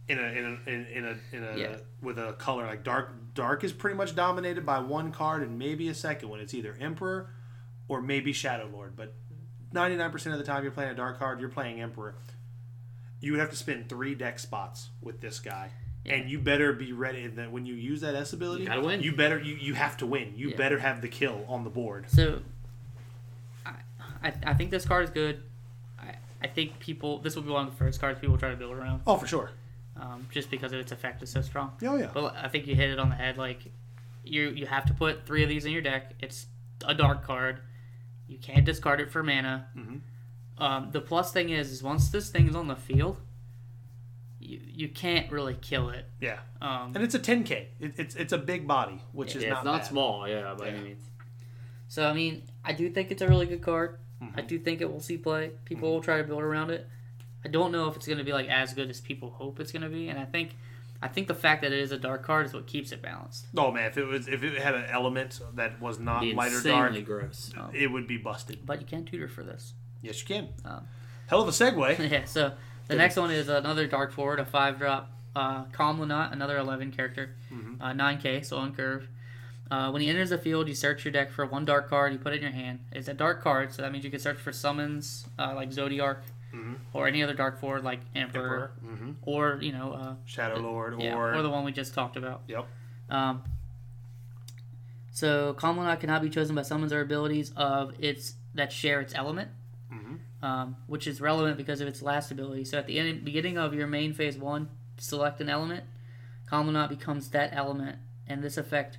S1: in a in a in, in a, in a
S3: Yeah.
S1: with a color like dark dark is pretty much dominated by one card and maybe a second one. It's either Emperor or maybe Shadow Lord. But ninety nine percent of the time you're playing a dark card, you're playing Emperor. You would have to spend three deck spots with this guy. And you better be ready that when you use that S ability,
S2: You gotta win.
S1: better you, you have to win. You
S3: Yeah.
S1: better have the kill on the board.
S3: So, I, I, I think this card is good. I, I think people this will be one of the first cards people try to build around,
S1: Oh, for sure.
S3: um, just because of its effect is so strong.
S1: Oh yeah.
S3: But I think you hit it on the head. Like, you you have to put three of these in your deck. It's a dark card. You can't discard it for mana.
S1: Mhm.
S3: Um, the plus thing is, is once this thing is on the field, you you can't really kill it.
S1: Yeah.
S3: Um,
S1: And it's a 10k. It, it's it's a big body, which is
S2: yeah,
S1: not
S2: it's not
S1: bad.
S2: small, yeah, by
S1: Yeah.
S2: any means.
S3: So I mean, I do think it's a really good card. I do think it will see play. People will try to build around it. I don't know if it's going to be like as good as people hope it's going to be, and I think, I think the fact that it is a dark card is what keeps it balanced.
S1: Oh man, if it was if it had an element that was not
S2: Be
S1: light or dark,
S2: insanely gross.
S1: it would be busted.
S3: But you can tutor for this.
S1: Yes, you can.
S3: Um.
S1: Hell of a segue.
S3: yeah. So the next one is another dark forward, a
S1: Mm-hmm.
S3: five drop. Uh, Calm Lanat, another eleven character, uh, nine K, so on curve. Uh, when he enters the field, you search your deck for one dark card. You put it in your hand. It's a dark card, so that means you can search for summons uh, like Zodiac or any other dark forward like Emperor,
S1: Mm-hmm. Emperor, mhm.
S3: or you know, uh,
S1: Shadow Lord,
S3: yeah,
S1: or,
S3: or the one we just talked about.
S1: yep,
S3: Um, so Kamala cannot be chosen by summons or abilities of its that share its element, um, which is relevant because of its last ability. So at the end, beginning of your main phase one, select an element. Kamala becomes that element, and this effect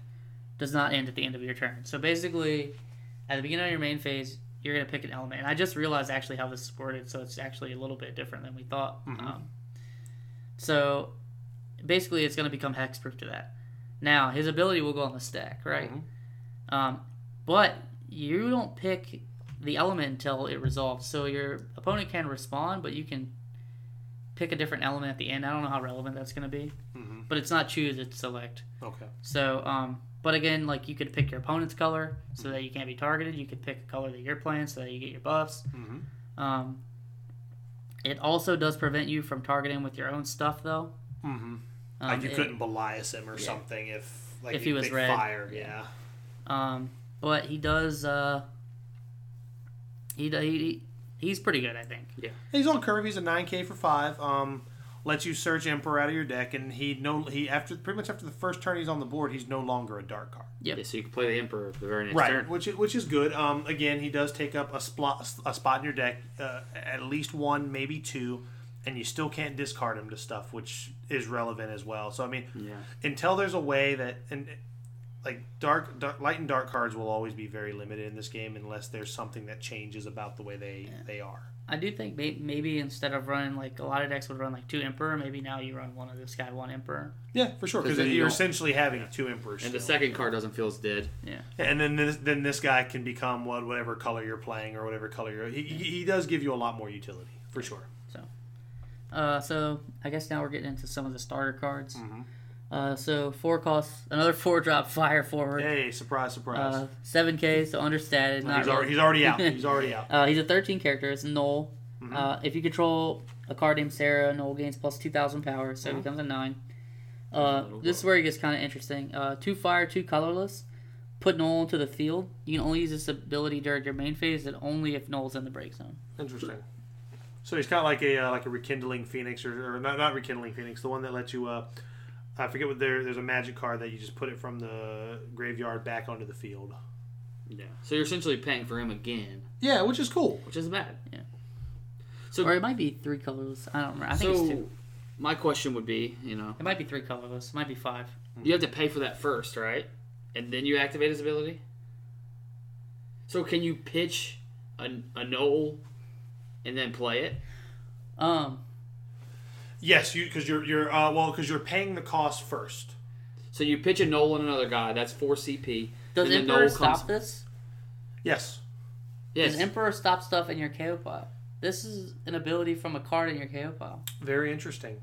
S3: does not end at the end of your turn. So basically, at the beginning of your main phase, you're gonna pick an element. And I just realized actually how this is worded, so it's actually a little bit different than we thought. Um, so basically, it's gonna become hexproof to that. Now his ability will go on the stack, right? Um, but you don't pick the element until it resolves. So your opponent can respond, but you can pick a different element at the end. I don't know how relevant that's going to be,
S1: Mhm.
S3: but it's not choose; it's select.
S1: okay,
S3: So, um, but again, like you could pick your opponent's color so that you can't be targeted. You could pick a color that you're playing so that you get your buffs.
S1: Mhm.
S3: Um, it also does prevent you from targeting with your own stuff, though.
S1: mm-hmm.
S3: Um,
S1: like you
S3: it-
S1: couldn't Belias him or something if like
S3: If he was
S1: picked
S3: red.
S1: fire, yeah.
S3: Um, but he does. Uh, he, do- he he's pretty good, I think.
S1: He's on curve. He's a nine K for five. Um, lets you search Emperor out of your deck, and he no he after pretty much after the first turn he's on the board. He's no longer a dark card.
S3: Yep.
S2: Yeah, so you can play the Emperor the very next
S1: right,
S2: turn.
S1: which i- which is good. Um, again, he does take up a spot a spot in your deck, uh, at least one, maybe two, and you still can't discard him to stuff, which is relevant as well. So I mean,
S2: Yeah.
S1: until there's a way that and like dark, dark light and dark cards will always be very limited in this game unless there's something that changes about the way they they are.
S3: I do think may- maybe instead of running like a lot of decks would run like two emperor, maybe now you run one of this guy, one emperor.
S1: Yeah, for sure.
S2: 'Cause
S1: Because
S2: then you
S1: you're
S2: don't-
S1: essentially having two emperors.
S2: And the
S1: still.
S2: second card doesn't feel as dead.
S3: Yeah.
S1: And then this, then this guy can become what whatever color you're playing or whatever color you're. He, he he does give you a lot more utility for sure.
S3: Uh, so I guess now we're getting into some of the starter cards.
S1: Mm-hmm.
S3: Uh, so four costs, another four drop fire forward.
S1: Hey, surprise, surprise!
S3: Uh, seven K, so understated. Not
S1: he's, already,
S3: really-
S1: he's already out. He's already out.
S3: Uh, he's a 13 character. It's Null. Uh, if you control a card named Sarah, Null gains plus 2,000 power, so it becomes a 9. Uh,
S2: little
S3: this is
S2: low.
S3: where it gets kind of interesting. Uh, two fire, two colorless. Put Null into the field. You can only use this ability during your main phase, and only if Null's in the break zone.
S1: Interesting. So he's kind of like a uh, like a rekindling phoenix, or, or not not rekindling phoenix, the one that lets you. Uh, I forget what there. There's a magic card that you just put it from the graveyard back onto the field.
S2: Yeah. So you're essentially paying for him again,
S1: Yeah, which is cool.
S2: which is bad.
S3: Yeah.
S2: So
S3: Or it might be three colorless. I don't remember. I think it's
S2: so
S3: two.
S2: my question would be, you know,
S3: It might be three colorless. It might be five.
S2: you have to pay for that first, right? And then you activate his ability. So can you pitch a, a Noel and then play it?
S3: Um,
S1: Yes, you because you're you're uh, well because you're paying the cost first.
S2: So you pitch a Noel and another guy. That's four CP.
S3: does
S2: and then
S3: Emperor
S2: Noel
S3: stop
S2: comes-
S3: this?
S1: Yes.
S2: Yes.
S3: Does Emperor stop stuff in your KO pile? This is an ability from a card in your KO pile.
S1: Very interesting.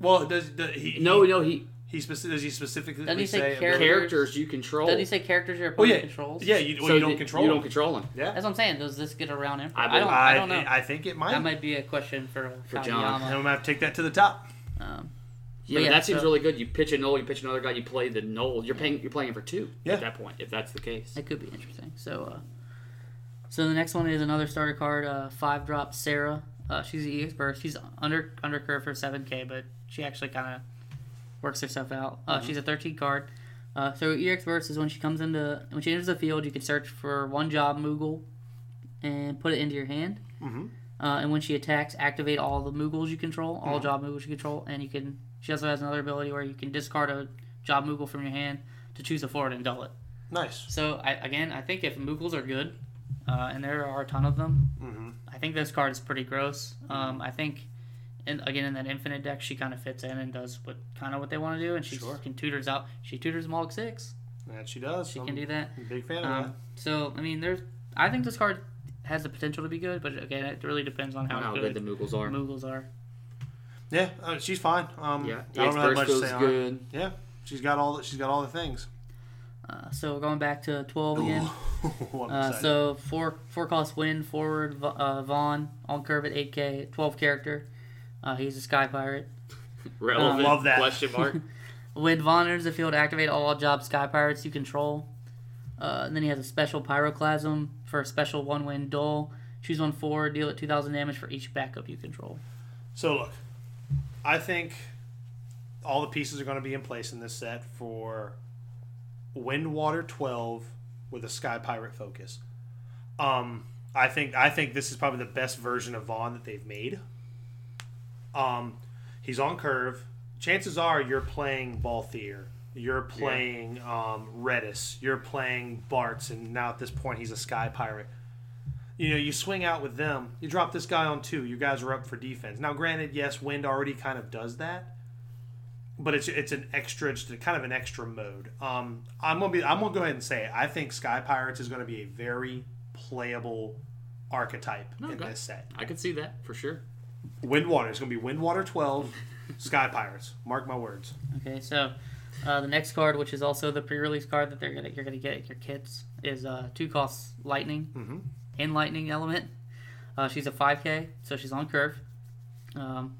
S1: Well, does, does he?
S2: no, no. He
S1: He speci- does he specifically
S3: Doesn't he say
S1: say
S3: care-
S1: ability-
S2: characters you control.
S3: Doesn't he say characters your
S1: Oh
S3: opponent
S1: yeah,
S3: controls?
S1: yeah. You, well,
S2: so
S1: you don't
S2: that-
S1: control.
S2: You
S1: him.
S2: don't control him.
S1: Yeah,
S3: That's what I'm saying. Does this get around Emperor? I,
S2: I believe-
S3: don't. I, don't know.
S1: I think it might.
S3: that might be a question for,
S2: For
S3: for
S2: John.
S1: I'm gonna have to take that to the top.
S3: Um,
S2: Yeah,
S3: But yeah,
S2: that seems
S3: so-
S2: really good. You pitch a Noel, you pitch another guy, you play the Noel. You're paying. You're playing for two
S1: Yeah.
S2: at that point, if that's the case.
S3: that could be interesting. So, uh, so the next one is another starter card. Uh, five drop Sarah. Uh, she's the EX burst. She's under under curve for seven K, but she actually kind of works herself out. Uh, She's a thirteen card. Uh, so EX burst is when she comes into when she enters the field, you can search for one job Moogle and put it into your hand.
S1: Mhm.
S3: Uh, and when she attacks, activate all the Moogles you control, all job Moogles you control, and you can. She also has another ability where you can discard a job Moogle from your hand to choose a forward and dull it.
S1: Nice.
S3: So I, again, I think if Moogles are good, uh, and there are a ton of them,
S1: Mhm.
S3: I think this card is pretty gross. Um, I think, and again in that infinite deck, she kind of fits in and does what kind of what they want to do, and she
S1: Sure.
S3: can tutors out. She tutors Mog six.
S1: That she does.
S3: She
S1: I'm
S3: can do that.
S1: a big fan of
S3: Um, so I mean, there's. I think this card has the potential to be good, but again, it really depends on how,
S2: How
S3: good,
S2: good the Moogles are.
S3: Moogles are.
S1: that. Yeah, uh, she's fine. Um,
S2: Yeah,
S1: I don't
S2: Ace
S1: have
S2: Burst
S1: much to
S2: feels
S1: say on her.
S2: good.
S1: Yeah, she's got all. The, she's got all the things.
S3: Uh, so going back to twelve again.
S1: I'm
S3: Uh,
S1: excited.
S3: so four four cost win forward Va- uh, Vaughn on curve at eight k twelve character. Uh, he's a sky pirate.
S2: Relevant
S1: love that.
S2: question mark.
S3: When Von enters the field, activate all job Sky Pirates you control. Uh, and then he has a special Pyroclasm for a special one win duel. Choose one four, deal it 2,000 damage for each backup you control.
S1: So look, I think all the pieces are going to be in place in this set for Wind Water 12 with a Sky Pirate focus. Um, I think I think this is probably the best version of Vaughn that they've made. Um, he's on curve. Chances are you're playing Balthier. You're playing um, Redis. You're playing Bartz, and now at this point he's a Sky Pirate you know, you swing out with them, you drop this guy on two, you guys are up for defense. Now, granted, yes, wind already kind of does that, but it's it's an extra, it's kind of an extra mode. Um, I'm gonna be, I'm gonna go ahead and say, it. I think Sky Pirates is gonna be a very playable archetype in
S2: Okay.
S1: this set.
S2: I could see that for sure.
S1: Windwater is gonna be Windwater 12, Sky Pirates. Mark my words.
S3: Okay, so uh, the next card, which is also the pre-release card that they're gonna you're gonna get at your kits, is uh, two costs lightning
S1: Mhm.
S3: and lightning element. Uh, she's a 5K, so she's on curve. Um,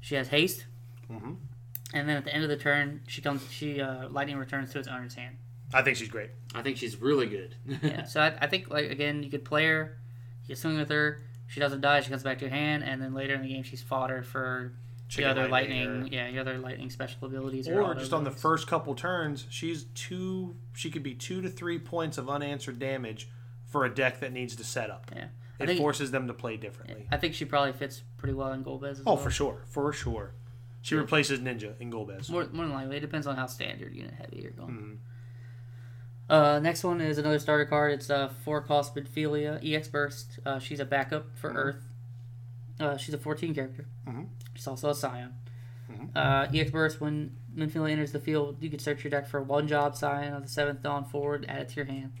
S3: she has haste,
S1: Mhm.
S3: and then at the end of the turn, she comes. She uh, lightning returns to its owner's hand.
S1: I think she's great.
S2: I think she's really good.
S3: Yeah, so I, I think like again, you could play her, you could swing with her. She doesn't die. She comes back to your hand, and then later in the game, she's fodder for
S1: Chicken
S3: the other
S1: lightning or-
S3: lightning. yeah, the other lightning special abilities,
S1: Or just on the
S3: auto-abilities.
S1: first couple turns, she's two. She could be two to three points of unanswered damage for a deck that needs to set up.
S3: Yeah. I
S1: It
S3: think-
S1: forces them to play differently.
S3: I think she probably fits pretty well in Golbez. As
S1: Oh,
S3: well.
S1: for sure, for sure. She replaces Ninja in Golbez.
S3: More, more than likely, it depends on how standard unit heavy you're going.
S1: Mm-hmm.
S3: Uh, next one is another starter card. It's uh, four cost Midphilia EX Burst. Uh, she's a backup
S1: Mm-hmm.
S3: for Earth. Uh, she's a 14 character.
S1: Mhm.
S3: She's also a Scion.
S1: Mm-hmm.
S3: Uh, EX Burst. When Midphilia enters the field, you can search your deck for one job Scion of the seventh Dawn forward. Add it to your hand.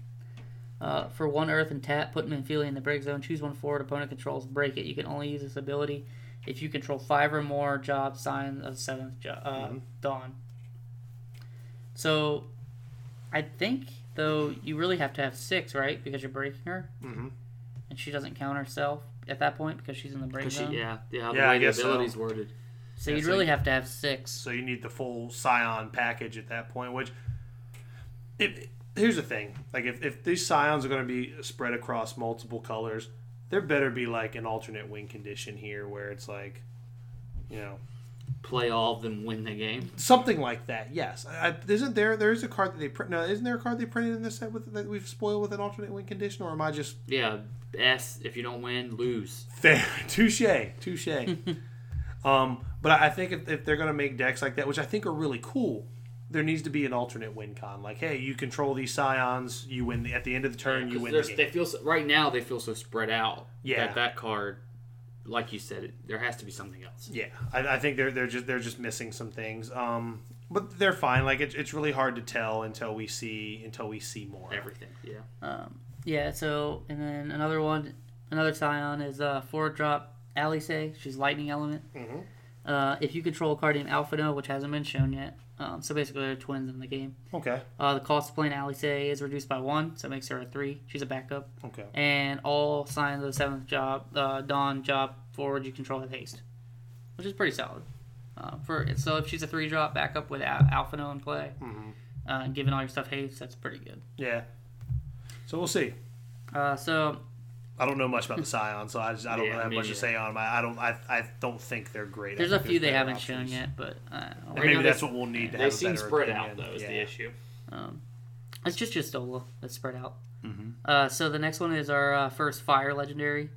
S3: Uh, for one Earth and tap, put Minfilia in the break zone. Choose one forward. Opponent controls. Break it. You can only use this ability if you control five or more job sign of seventh jo- uh, dawn. So, I think though you really have to have six, right? Because you're breaking her,
S1: hmm
S3: and she doesn't count herself at that point because she's in the break
S2: 'Cause she,
S3: zone.
S2: yeah, yeah. The
S1: Yeah, I
S2: way the
S1: guess so.
S2: abilities worded.
S3: So
S1: Yeah,
S3: you'd
S1: so
S3: really
S1: you-
S3: have to have six.
S1: So you need the full Scion package at that point. Which, if here's the thing, like if, if these Scions are going to be spread across multiple colors, there better be like an alternate win condition here where it's like, you know,
S2: Play all of them, win the game.
S1: something like that. Yes, I, I- isn't there? There is a card that they print. No, isn't there a card they printed in this set with that we've spoiled with an alternate win condition? Or am I just
S2: Yeah, S. If you don't win, lose.
S1: fair? Touche, touche. um, but I I think if, if they're gonna make decks like that, which I think are really cool, there needs to be an alternate win con. Like, hey, you control these scions, you win the, at the end of the turn, you
S2: 'Cause
S1: win the
S2: there's-
S1: game.
S2: they feel so, right now they feel so spread out.
S1: Yeah.
S2: That that card, like you said, it, there has to be something else.
S1: Yeah, I, I think they're they're just they're just missing some things. Um, but they're fine. Like it's it's really hard to tell until we see until we see more.
S2: Everything. Yeah.
S3: Um, yeah. So and then another one, another scion is uh, four drop Alice. She's lightning element.
S1: Mhm.
S3: Uh, if you control a card named Alphino, which hasn't been shown yet, um, so basically they're twins in the game.
S1: Okay.
S3: Uh, the cost of playing Alice is reduced by one, so it makes her a three. She's a backup.
S1: Okay.
S3: And all signs of the seventh job, uh, dawn job forward, you control with haste, which is pretty solid. Uh, for so if she's a three drop backup with Al- Alphino in play, uh, giving all your stuff haste, that's pretty good.
S1: Yeah. So we'll see.
S3: Uh, so
S1: I don't know much about the Scion, so I, just, I don't
S2: Yeah,
S1: really have
S2: me
S1: much to
S2: neither.
S1: say on them. I, I don't. I, I don't think they're great. I
S3: there's a
S1: think
S3: few they
S1: better
S3: haven't shown
S1: options.
S3: yet, but uh,
S1: And
S2: Right
S1: maybe
S2: now
S1: that's
S2: they-
S1: what we'll need to
S2: They
S1: have. a
S2: seem
S1: better
S2: spread
S1: opinion.
S2: out though. Is
S1: Yeah.
S2: the issue.
S3: um, it's just Justola that's spread out.
S1: Mm-hmm.
S3: Uh, so the next one is our uh, first fire legendary.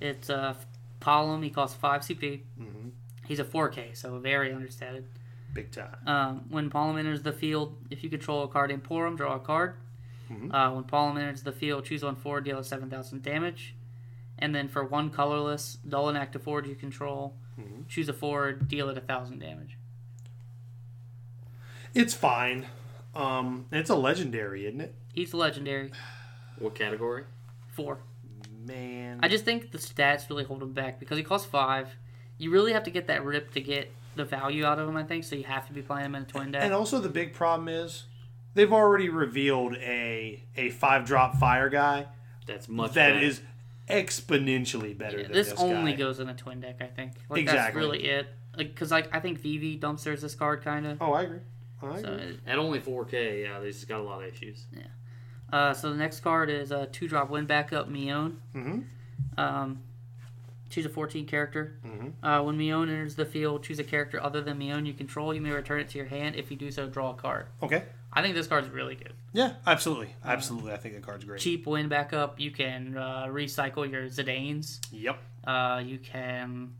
S3: It's uh, Palom. He costs five CP.
S1: Mm-hmm.
S3: He's a 4K, so very understated.
S1: Big time.
S3: Um, when Palom enters the field, if you control a card in Porum, draw a card.
S1: Mm-hmm.
S3: Uh, when Palom enters the field, choose one forward, deal 7,000 damage. And then for one colorless, dull and active forward you control,
S1: Mm-hmm.
S3: choose a forward, deal it 1,000 damage.
S1: It's fine. Um, and it's a legendary, isn't it?
S3: He's a legendary.
S2: What category?
S3: Four.
S1: Man.
S3: I just think the stats really hold him back because he costs five. You really have to get that rip to get the value out of him, I think, so you have to be playing him in a twin deck.
S1: and also the big problem is they've already revealed a a five drop fire guy
S2: That's much.
S1: that
S2: better.
S1: is exponentially better
S3: Yeah,
S1: than
S3: this,
S1: this
S3: only
S1: guy.
S3: goes in a twin deck, I think. Like, That's
S1: Exactly.
S3: really it. like because like I think VV dumpsters this card kind of.
S1: Oh, I agree. I
S3: So,
S1: agree.
S3: it-
S2: At only 4K, yeah, they just got a lot of issues.
S3: uh, so the next card is a two drop win backup Mion.
S1: mm-hmm.
S3: Um, choose a 14 character.
S1: Mhm.
S3: Uh, when Mion enters the field, choose a character other than Mion you control. You may return it to your hand. If you do so, draw a card.
S1: Okay.
S3: I think this card's really good.
S1: Yeah, absolutely. Absolutely. I think the card's great.
S3: Cheap win backup. You can uh, recycle your Zidanes.
S1: Yep.
S3: Uh, you can,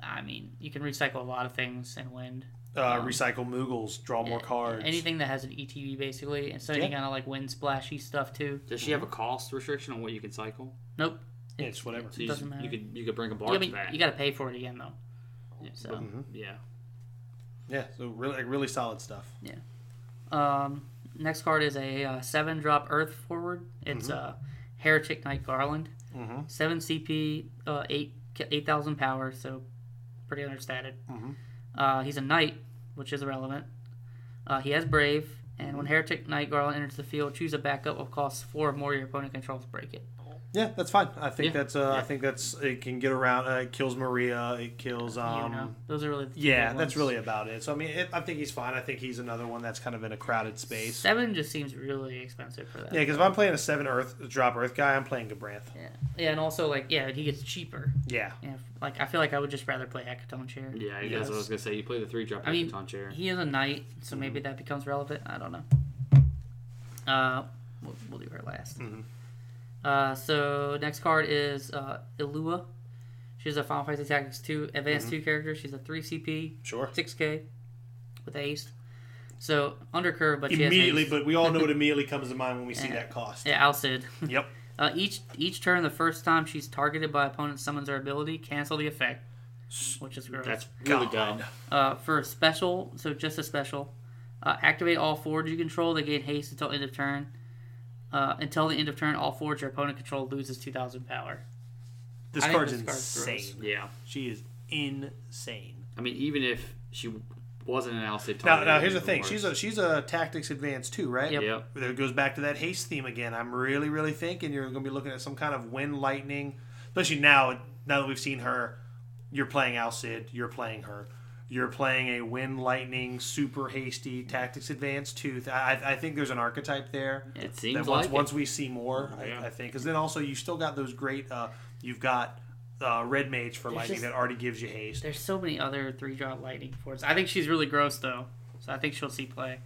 S3: I mean, you can recycle a lot of things in Wind.
S1: Uh,
S2: Um,
S1: recycle Moogles, draw more cards.
S3: Anything that has an ETV basically, and so any
S1: Yeah.
S3: kind of like wind splashy stuff too.
S2: Does she have a cost restriction on what you can cycle?
S3: Nope.
S1: Yeah, it's whatever.
S2: So you,
S3: Doesn't
S2: just- you
S3: matter.
S2: could you could bring a
S3: Yeah, I
S2: barge
S3: mean,
S2: back.
S3: you got to pay for it again though. So
S2: yeah.
S1: Yeah, so really, like, really solid stuff.
S3: um, next card is a uh, seven drop Earth forward. It's
S1: Mm-hmm.
S3: uh, Heretic Knight Garland.
S1: Mhm.
S3: Seven CP, uh, eight eight thousand power, so pretty understated.
S1: Mhm.
S3: Uh, he's a knight, which is irrelevant. Uh, he has brave, and
S1: Mm-hmm.
S3: when Heretic Knight Garland enters the field, choose a backup of cost four or more your opponent controls. Break it.
S1: Yeah, that's fine. I think
S2: Yeah.
S1: that's. Uh,
S2: Yeah.
S1: I think that's. It can get around. Uh, it kills Maria. It kills. Um,
S3: you know, those are really the two
S1: Yeah,
S3: big
S1: that's
S3: ones.
S1: really about it. So I mean, it, I think he's fine. I think he's another one that's kind of in a crowded space.
S3: seven. Just seems really expensive for that.
S1: Yeah, because if I'm playing a seven Earth drop Earth guy, I'm playing Gabranth.
S3: yeah, Yeah, and also like yeah, he gets cheaper.
S1: Yeah,
S3: Yeah, like I feel like I would just rather play Hecaton Chair.
S2: Yeah, I guess
S1: Yes.
S2: I was gonna say you play the three drop
S3: I mean,
S2: Hecaton chair.
S3: He is a knight,
S1: Mm-hmm.
S3: so maybe that becomes relevant. I don't know. Uh, we'll, we'll do her last.
S1: Mm-hmm.
S3: Uh, so next card is uh, Ilua. She's a Final Fantasy Tactics 2 Advanced
S1: Mm-hmm.
S3: 2 character. She's a 3 CP,
S1: sure.
S3: 6K with haste. So undercurve, but she has
S1: Immediately,
S3: haste.
S1: but we all know it immediately comes to mind when we see
S3: Yeah.
S1: that cost.
S3: yeah, Alcid.
S1: Yep.
S3: Uh, each each turn, the first time she's targeted by opponent summons her ability, cancel the effect, which is gross.
S2: That's really
S1: God.
S2: dumb.
S3: uh, for a special, so just a special. Uh, activate all forwards you control. They gain haste until end of turn. Uh, until the end of turn, all forwards your opponent control loses 2,000 power.
S1: This
S3: I think
S1: card's
S3: this card's
S1: insane.
S3: gross.
S2: Yeah.
S1: she is insane.
S2: I mean, even if she wasn't an Alcid
S1: Now,
S2: target,
S1: now
S2: it
S1: here's the
S2: would
S1: thing.
S2: work.
S1: She's a she's a tactics advance too, right?
S3: Yep.
S2: Yep.
S1: There goes back to that haste theme again. I'm really, really thinking you're going to be looking at some kind of wind lightning, especially now. Now that we've seen her, you're playing Alcid. You're playing her. You're playing a wind lightning super hasty tactics advance tooth. I, I- I think there's an archetype there.
S2: It
S1: that
S2: seems
S1: once
S2: like
S1: once
S2: it.
S1: we see more, I,
S2: Yeah.
S1: I think, because then also you still got those great. Uh, you've got uh, red mage for lightning
S3: just-
S1: that already gives you haste.
S3: There's so many other three drop lightning forwards. I think she's really gross, though. So I think she'll see play.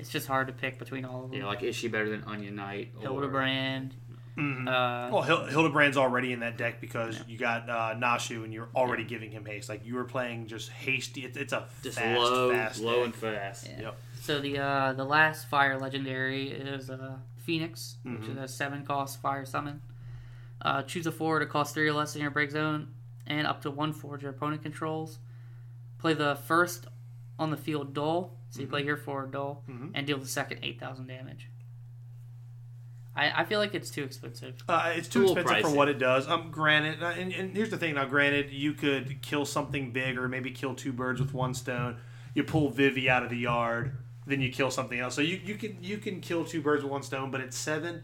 S3: It's just hard to pick between all of them.
S2: Yeah, like is she better than Onion Knight? or- Mm-hmm.
S3: Hildebrand. Uh,
S1: Well, Hil- Hildebrand's already in that deck because you got uh, Nashu and you're already giving him haste. Like you were playing just hasty. It, it's a
S2: Just
S1: fast,
S2: low,
S1: fast
S2: low
S1: deck.
S2: and fast.
S3: Yeah.
S1: Yep.
S3: So the uh, the last fire legendary is uh, Phoenix, which
S1: Mm-hmm.
S3: is a seven cost fire summon. Uh, choose a forward that costs three or less in your break zone, and up to one forward your opponent controls. Play the first on the field dull, so you
S1: Mm-hmm.
S3: play your forward dull, and deal the second eight thousand damage. I, I feel like it's too expensive.
S1: Uh, it's too
S2: Little
S1: expensive for
S2: pricey.
S1: what it does. Um, granted, uh, and, and here's the thing. Now, granted, you could kill something big or maybe kill two birds with one stone. You pull Vivi out of the yard, then you kill something else. So you, you can you can kill two birds with one stone, but at seven,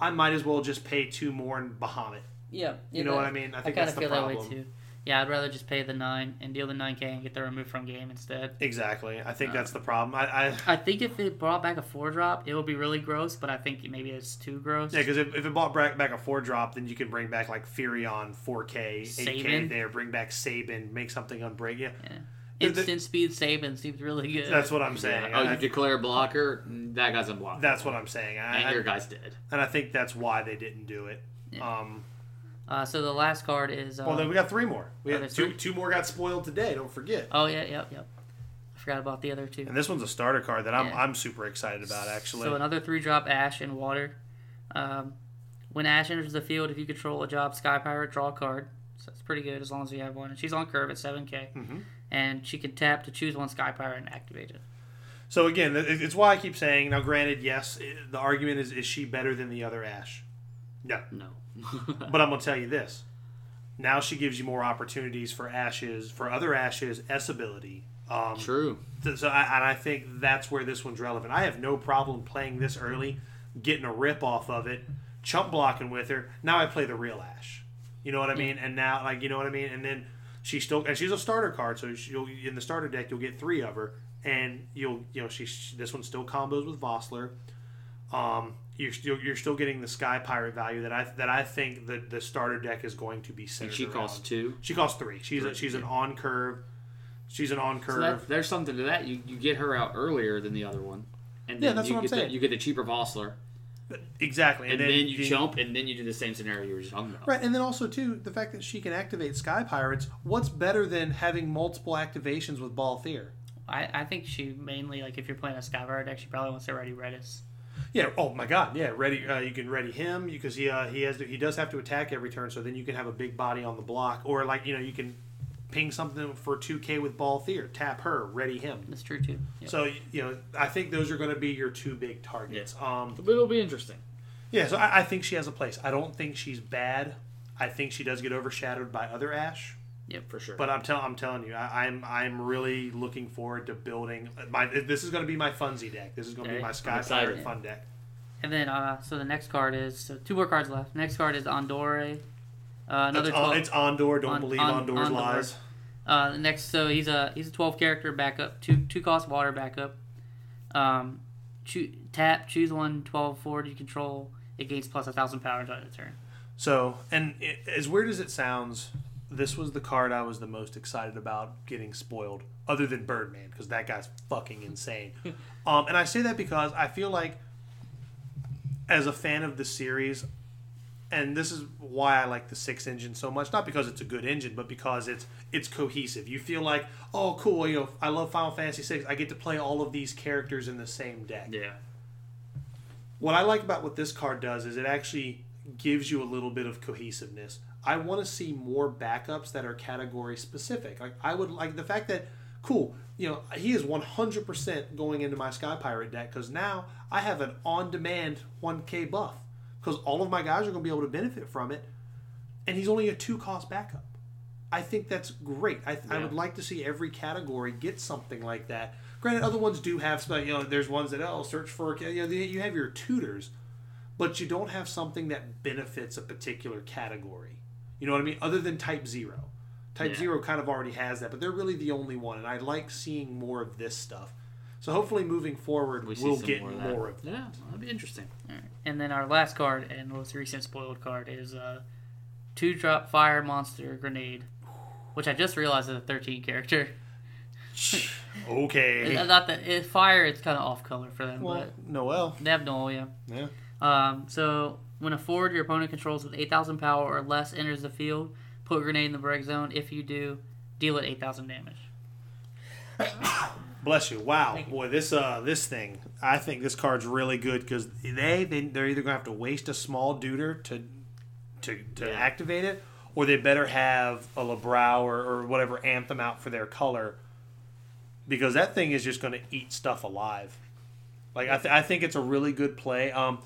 S1: I might as well just pay two more and Bahamut.
S3: Yeah,
S1: You know what I mean? I think that's the problem.
S3: Yeah, I'd rather just pay the nine and deal the nine k and get the remove from game instead.
S1: Exactly. I think that's the problem. I, I
S3: I think if it brought back a four drop, it would be really gross. But I think maybe it's too gross.
S1: Yeah, because if, if it bought back, back a four drop, then you can bring back like Furion 4K, 8K
S3: Saban.
S1: there, bring back Sabin, make something unbreak. Yeah, the-
S3: instant speed saving seems really good.
S1: that's what I'm saying.
S2: Yeah. Oh,
S1: I-
S2: you declare a blocker, that guy's unblockable.
S1: that's what I'm saying. I,
S2: and your
S1: I,
S2: guy's dead.
S1: and I think that's why they didn't do it. Um,
S3: uh, so the last card is. Uh,
S1: well, then we got three more. We
S3: Oh,
S1: had
S3: there's
S1: two,
S3: three?
S1: two more got spoiled today. Don't forget.
S3: oh yeah, yep, yep. I forgot about the other two.
S1: And this one's a starter card that I'm
S3: Yeah.
S1: I'm super excited about actually.
S3: So another three drop Ash and Water. Um, when Ash enters the field, if you control a job Sky Pirate, draw a card. So it's pretty good as long as you have one. And she's on curve at seven k,
S1: Mm-hmm.
S3: and she can tap to choose one Sky Pirate and activate it.
S1: So again, th- it- it's why I keep saying. Now, granted, yes, i the argument is is she better than the other Ash? No.
S2: No.
S1: But I'm gonna tell you this. Now she gives you more opportunities for Ashes, for other Ashes, S ability. Um,
S2: True.
S1: th- so I, and I think that's where this one's relevant. I have no problem playing this early, getting a rip off of it, chump blocking with her. Now I play the real Ash. You know what I mean? And now, like, you know what I mean? And then She still and she's a starter card, so you'll in the starter deck you'll get three of her, and you'll you know she's this one still combos with Vossler. Um, you're still you're still getting the Sky Pirate value that I that I think the the starter deck is going to be centered.
S2: And she costs
S1: around.
S2: two.
S1: She costs three. She's a, she's an on curve. She's an on
S2: So
S1: curve.
S2: that, there's something to that. You, you get her out earlier than the other one, and
S1: Yeah,
S2: then
S1: that's
S2: you
S1: what I'm
S2: get the,
S1: saying.
S2: you get the cheaper Vossler,
S1: exactly,
S2: and, then, you jump, and then you do the same scenario you were just talking about.
S1: Right, and then also too the fact that she can activate Sky Pirates. What's better than having multiple activations with Balthier?
S3: I, I think she mainly like if you're playing a Skybar deck, she probably wants to ready Redis.
S1: Yeah. Oh my God. Yeah. Ready. Uh, you can ready him because he uh, he has to, he does have to attack every turn. So then you can have a big body on the block, or like you know you can ping something for two K with Balthier. Tap her. Ready him.
S3: That's true too. Yeah.
S1: So you know I think those are going to be your two big targets. Um,
S2: But it'll be interesting.
S1: Yeah, so I, I think she has a place. I don't think she's bad. I think she does get overshadowed by other Ash.
S3: Yep.
S2: for sure.
S1: But I'm telling I'm telling you, I, I'm I'm really looking forward to building my. This is going to be my funsy deck. This is going to
S2: Okay,
S1: be my
S2: I'm
S1: Sky
S2: excited.
S1: Pirate fun deck.
S3: And then uh, so the next card is so two more cards left. Next card is Andore. Uh, another
S1: It's, on,
S3: twelve.
S1: it's Ondor. Don't
S3: On-
S1: believe
S3: on-
S1: Ondor's
S3: Ondor.
S1: lies.
S3: Uh, the next, so he's a he's a twelve character backup, two two cost water backup. Um, choo- tap, choose one 12 forward you control. It gains plus a thousand power until end of turn.
S1: So, and it, as weird as it sounds, this was the card I was the most excited about getting spoiled, other than Birdman, because that guy's fucking insane. um, and I say that because I feel like, as a fan of the series, and this is why I like the six engine so much. Not because it's a good engine, but because it's it's cohesive. You feel like, oh, cool. You know, I love Final Fantasy six. I get to play all of these characters in the same deck
S2: yeah,
S1: what I like about what this card does is it actually gives you a little bit of cohesiveness. I want to see more backups that are category specific. Like I would like the fact that cool, you know, he is 100% going into my Sky Pirate deck cuz now I have an on-demand 1k buff cuz all of my guys are going to be able to benefit from it and he's only a two-cost backup. I think that's great. I, I
S2: Yeah.
S1: would like to see every category get something like that. Granted, other ones do have, some- you know, there's ones that oh, search for, you know, you have your tutors, but you don't have something that benefits a particular category. You know what I mean? Other than Type Zero, Type
S2: Yeah.
S1: Zero kind of already has that, but they're really the only one. And I like seeing more of this stuff. So hopefully, moving forward,
S2: we
S1: we
S2: see
S1: will
S2: some
S1: get
S2: more
S1: more
S2: of
S1: of,
S2: that. yeah, that'd be interesting.
S3: And then our last card and most recent spoiled card is uh, two drop fire monster grenade, which I just realized is a thirteen character.
S1: okay.
S3: I thought that it, fire it's kind of off color for them,
S1: Well, Noel.
S3: but they have no E yeah.
S1: Yeah.
S3: Um, so when a forward your opponent controls with 8,000 power or less enters the field, put grenade in the break zone. If you do, deal it 8,000 damage.
S1: Bless you. Wow, boy, this uh, this thing. I think this card's really good because they, they they're either gonna have to waste a small duder to to to
S2: Yeah.
S1: activate it, or they better have a Lebrow or, or whatever anthem out for their color, because that thing is just gonna eat stuff alive. Like I, th- I think it's a really good play. Um,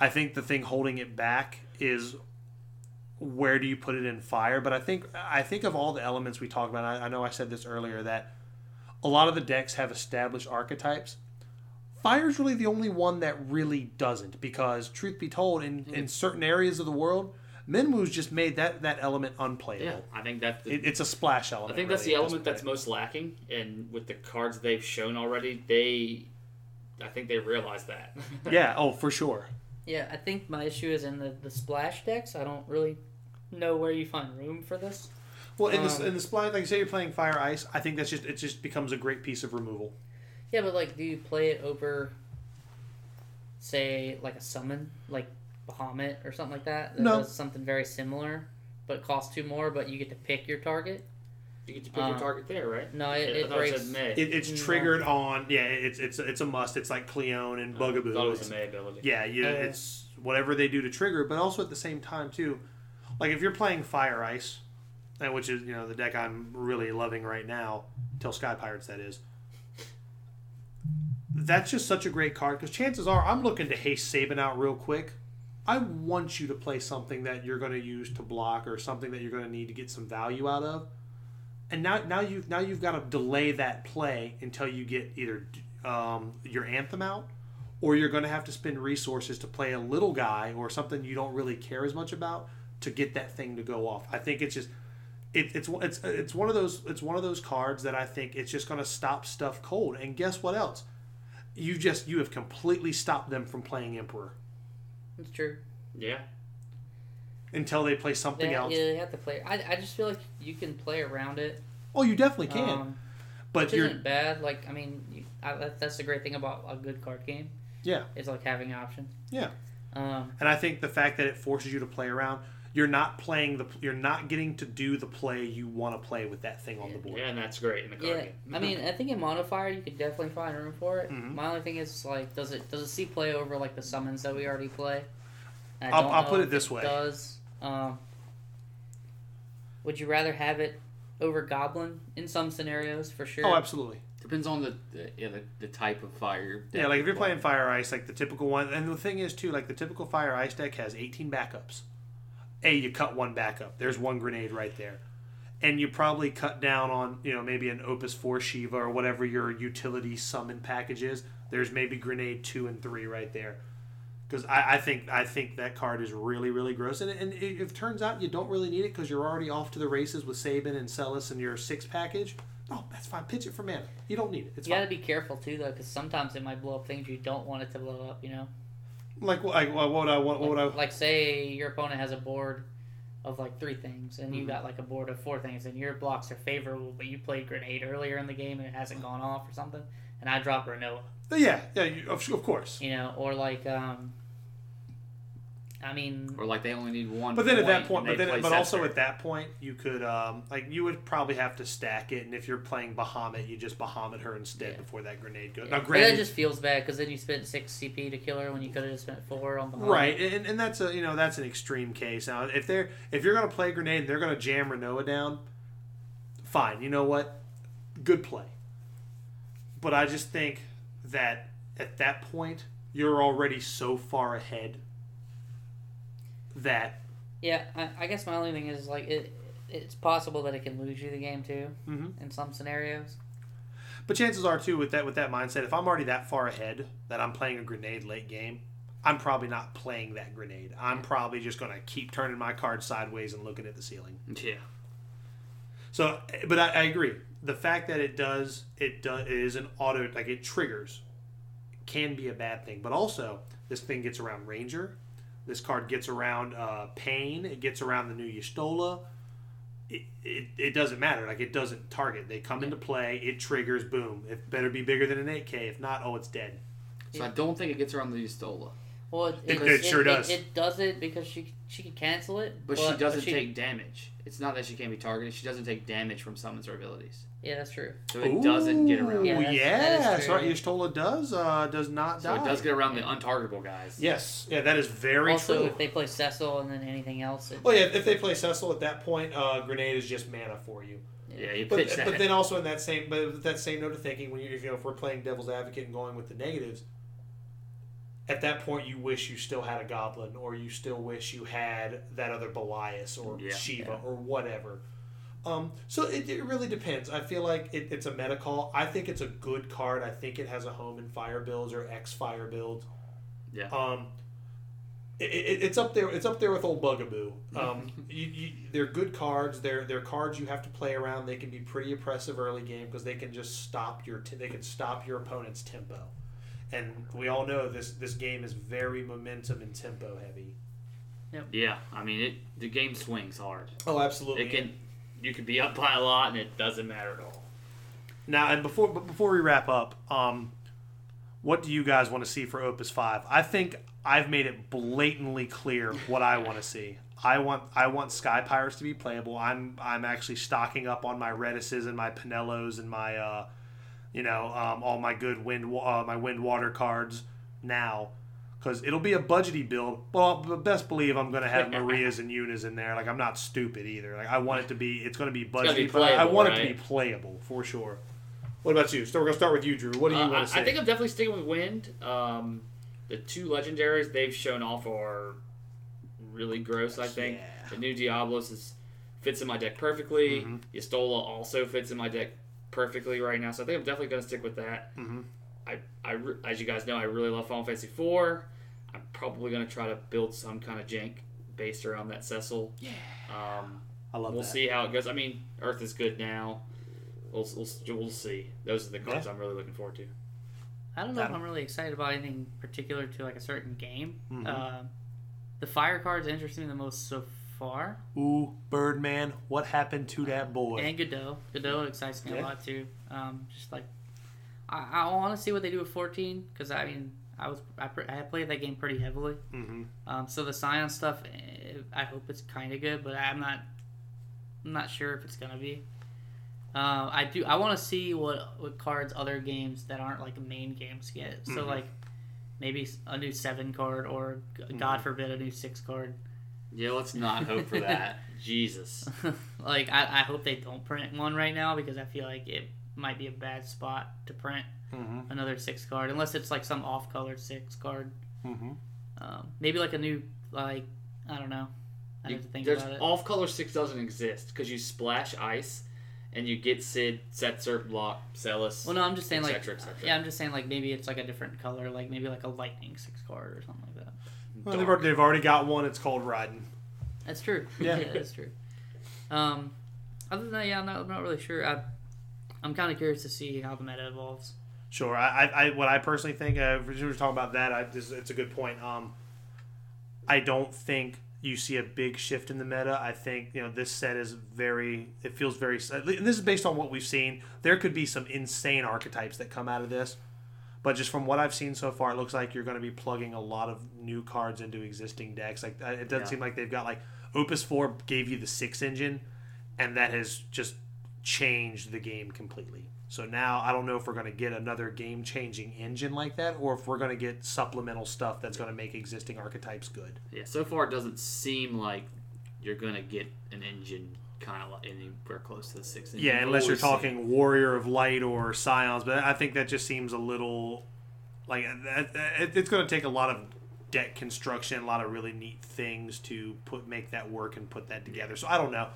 S1: I think the thing holding it back is where do you put it in fire. But I think I think of all the elements we talked about. I, I know I said this earlier that a lot of the decks have established archetypes. Fire's really the only one that really doesn't, because truth be told, in,
S2: Mm-hmm.
S1: in certain areas of the world, Minwu's just made that, that element
S2: Yeah,
S1: unplayable.
S2: I think that's the,
S1: It, it's a splash element.
S2: I think that's the
S1: really, at this
S2: element that's
S1: point.
S2: most lacking, and with the cards they've shown already, they, I think they realize that.
S1: yeah. Oh, for sure.
S3: Yeah, I think my issue is in the, the splash decks. I don't really know where you find room for this.
S1: Well, in
S3: Um,
S1: the in the splash, like you say, you're playing fire ice. I think that's just it. Just becomes a great piece of removal.
S3: Yeah, but like, do you play it over, say, like a summon, like Bahamut or something like that? that
S1: No.
S3: does something very similar, but costs two more, but you get to pick your target?
S2: you get to pick your
S3: Uh,
S2: target there, right?
S3: No, it,
S2: I
S3: it
S2: thought it
S3: breaks.
S2: said May.
S1: It, it's
S3: Mm,
S1: triggered on. Yeah, it's it's it's a must. It's like Cleone and Bugaboo.
S2: I thought it was
S1: It's-
S2: a May ability.
S1: Yeah, you,
S3: Uh,
S1: it's whatever they do to trigger, but also at the same time too, like if you're playing Fire Ice, and which is you know the deck I'm really loving right now, till Sky Pirates that is. That's just such a great card because chances are I'm looking to haste Saban out real quick. I want you to play something that you're going to use to block or something that you're going to need to get some value out of. And now, now you've now you've got to delay that play until you get either um, your anthem out or you're going to have to spend resources to play a little guy or something you don't really care as much about to get that thing to go off. I think it's just it, it's it's it's one of those it's one of those cards that I think it's just going to stop stuff cold. And guess what else? You just you have completely stopped them from playing Emperor
S3: It's true.
S2: Yeah.
S1: until they play something
S3: They, yeah,
S1: else.
S3: they have to play. I, I just feel like you can play around it.
S1: Oh, you definitely can,
S3: Um,
S1: but
S3: which
S1: you're
S3: isn't bad. Like I mean, you, I, that, that's the great thing about a good card game.
S1: Yeah.
S3: It's like having options.
S1: Yeah.
S3: Um,
S1: and I think the fact that it forces you to play around, you're not playing the you're not getting to do the play you want to play with that thing on the board.
S2: Yeah, and that's great in the card
S3: yeah,
S2: game.
S3: I mean, I think in modifier you could definitely find room for it.
S1: Mhm.
S3: My only thing is like, does it does it see play over like the summons that we already play? And I
S1: I'll-
S3: don't
S1: I'll
S3: know
S1: put it
S3: if
S1: this way.
S3: Does um, would you rather have it over goblin in some scenarios for sure?
S1: Oh, absolutely.
S2: Depends on the the, yeah, the, the type of fire.
S1: Yeah, like if you're playing Fire Ice, like the typical one, and the thing is too, like the typical Fire Ice deck has 18 backups. A, you cut one backup. There's one grenade right there, and you probably cut down on you know maybe an Opus Four Shiva or whatever your utility summon package is. There's maybe grenade two and three right there, because I, I think I think that card is really really gross, and, and it, it turns out you don't really need it because you're already off to the races with Saban and Celis and your six package. Oh, that's fine. Pitch it for mana. You don't need it. It's
S3: You
S1: fine.
S3: gotta be careful too, though, because sometimes it might blow up things you don't want it to blow up. You know,
S1: Like what? Like what would I want? What would I?
S3: like, like, say your opponent has a board of like three things, and
S1: Hmm.
S3: you got like a board of four things, and your blocks are favorable, but you played grenade earlier in the game and it hasn't gone off or something, and I drop Renoa,
S1: Yeah, yeah, you, of, of course.
S3: you know, or like, um, I mean,
S2: Or like they only need one.
S1: But then at that point,
S2: point,
S1: but
S2: and they
S1: then,
S2: play
S1: but also
S2: Scepter.
S1: at that point, you could um, like you would probably have to stack it, and if you're playing Bahamut, you just Bahamut her instead
S3: Yeah.
S1: before that grenade goes.
S3: yeah.
S1: Now,
S3: But that
S1: granted,
S3: just feels bad because then you spent six CP to kill her when you could have just spent four on the
S1: right, and, and that's a you know that's an extreme case. Now, if they're if you're gonna play grenade, and they're gonna jam Renoa down. Fine, you know what? Good play. But I just think that at that point, you're already so far ahead that
S3: Yeah, I, I guess my only thing is like it. It's possible that it can lose you the game too
S1: Mhm.
S3: in some scenarios.
S1: But chances are too with that with that mindset, if I'm already that far ahead that I'm playing a grenade late game, I'm probably not playing that grenade. I'm probably just gonna keep turning my card sideways and looking at the ceiling.
S2: Yeah.
S1: So, but I, I agree. The fact that it does it does it is an auto like it triggers can be a bad thing, but also this thing gets around Ranger. This card gets around uh, Pain. It gets around the new Yestola. It, it, it doesn't matter. Like it doesn't target. They come into play. It triggers. Boom. It better be bigger than an 8K. If not, oh, it's dead.
S2: So I don't think it gets around the Ustola.
S3: Well, it,
S1: It- it sure does.
S3: It, does it because she she can cancel it,
S2: But she doesn't take damage. It's not that she can't be targeted. She doesn't take damage from summons or abilities.
S3: Yeah, that's true.
S2: So it doesn't get around.
S3: Yeah,
S1: Yeah,
S3: that's- that is
S1: yes.
S3: true.
S1: Right. Yestola does uh, does not
S2: So
S1: die.
S2: it does get around the untargetable guys.
S1: Yes. Yeah. That is very
S3: also,
S1: true.
S3: if they play Cecil and then anything else, it,
S1: Well, yeah, if they play Cecil at that point, uh, grenade is just mana for you.
S2: Yeah, you
S1: But,
S2: pitch that.
S1: but then also in that same but with that same note of thinking, when you if, you know if we're playing devil's advocate and going with the negatives, at that point you wish you still had a goblin, or you still wish you had that other Belias or
S2: Yeah.
S1: Shiva or whatever. Um, so it, it really depends. I feel like it, it's a meta call. I think it's a good card. I think it has a home in fire builds or X fire builds.
S2: Yeah.
S1: Um, it, it, it's up there. It's up there with old Bugaboo. Um, you, you, they're good cards. They're they're cards you have to play around. They can be pretty oppressive early game because they can just stop your t- they can stop your opponent's tempo, and we all know this this game is very momentum and tempo heavy.
S2: yeah, I mean it. The game swings hard.
S1: Oh, absolutely.
S2: It can. You could be up by a lot, and it doesn't matter at all.
S1: Now, and before but before we wrap up, um, what do you guys want to see for Opus Five? I think I've made it blatantly clear what I want to see. I want I want Sky Pirates to be playable. I'm I'm actually stocking up on my Redises and my Pinellos and my uh, you know um, all my good wind wa- uh, my wind water cards now. Because it'll be a budgety build, but I'll- best believe I'm going to have Marias and Yunas in there. Like I'm not stupid either. Like I want it to be, it's going to be
S2: gotta
S1: budgety,
S2: be
S1: but I, I
S2: playable,
S1: want it to
S2: right?
S1: be playable for sure. What about you? So we're gonna start with you, Drew. What do you
S2: Uh,
S1: want to
S2: I,
S1: say?
S2: I think I'm definitely sticking with Wind. Um, the two legendaries they've shown off are really gross. I think
S1: Yeah.
S2: the new Diablos is fits in my deck perfectly.
S1: Mhm.
S2: Yestola also fits in my deck perfectly right now. So I think I'm definitely going to stick with that.
S1: Mhm.
S2: I, I, re- as you guys know, I really love Final Fantasy IV. I'm probably going to try to build some kind of jank based around that Cecil. Yeah. Um,
S1: I love
S2: We'll
S1: that.
S2: see how it goes. I mean, Earth is good now. We'll, we'll, we'll see. Those are the cards I'm really looking forward to.
S3: I don't know if
S1: Adam?
S3: I'm really excited about anything particular to like a certain game.
S1: Mhm.
S3: Um, the fire card's interesting the most so far,
S1: Ooh, Birdman, what happened to that boy?
S3: and Godot. Godot excites me
S1: Yeah.
S3: a lot too. Um, just like I, I want to see what they do with 14 because I mean I was I, pr- I played that game pretty heavily.
S1: Mm-hmm.
S3: Um, so the Scion stuff, eh, I hope it's kind of good, but I'm not, I'm not sure if it's gonna be. Um, I do. I want to see what what cards other games that aren't like main games get. So
S1: Mhm.
S3: like, maybe s- a new seven card, or g- God forbid, a new six card.
S2: Yeah, let's not hope for that. Jesus.
S3: like I, I hope they don't print one right now because I feel like it might be a bad spot to print
S1: Mm-hmm.
S3: another six card unless it's like some off color six card.
S1: Mm-hmm.
S3: Um, maybe like a new like I don't know. I
S2: You-
S3: have to think
S2: there's
S3: about it.
S2: off color six doesn't exist because you splash ice and you get Sid, Setzer, Block, Celis.
S3: Well, no, I'm just saying
S2: et
S3: like
S2: cetera, et cetera.
S3: yeah, I'm just saying like maybe it's like a different color, like maybe like a lightning six card or something like that.
S1: Well, they've, already, they've already got one. It's called Riding.
S3: That's true.
S1: Yeah.
S3: that's true. Um, other than that, yeah, I'm not, I'm not really sure. I, I'm kind of curious to see how the meta evolves.
S1: Sure. I, I, I what I personally think, uh, if we were talking about that, I, this, it's a good point. Um, I don't think you see a big shift in the meta. I think you know this set is very. It feels very. And this is based on what we've seen. There could be some insane archetypes that come out of this, but just from what I've seen so far, it looks like you're going to be plugging a lot of new cards into existing decks. Like uh, it doesn't
S2: Yeah.
S1: seem like they've got like Opus Four gave you the six engine, and that has just changed the game completely. So now I don't know if we're going to get another game changing engine like that, or if we're going to get supplemental stuff that's going to make existing archetypes good.
S2: Yeah, so far it doesn't seem like you're gonna get an engine kind of like anywhere close to the six. engine.
S1: Yeah,
S2: We've
S1: unless you're
S2: always seen-
S1: talking Warrior of Light or Scions, but I think that just seems a little like uh, that- that- it's going to take a lot of deck construction, a lot of really neat things to put make that work and put that together. So I don't know,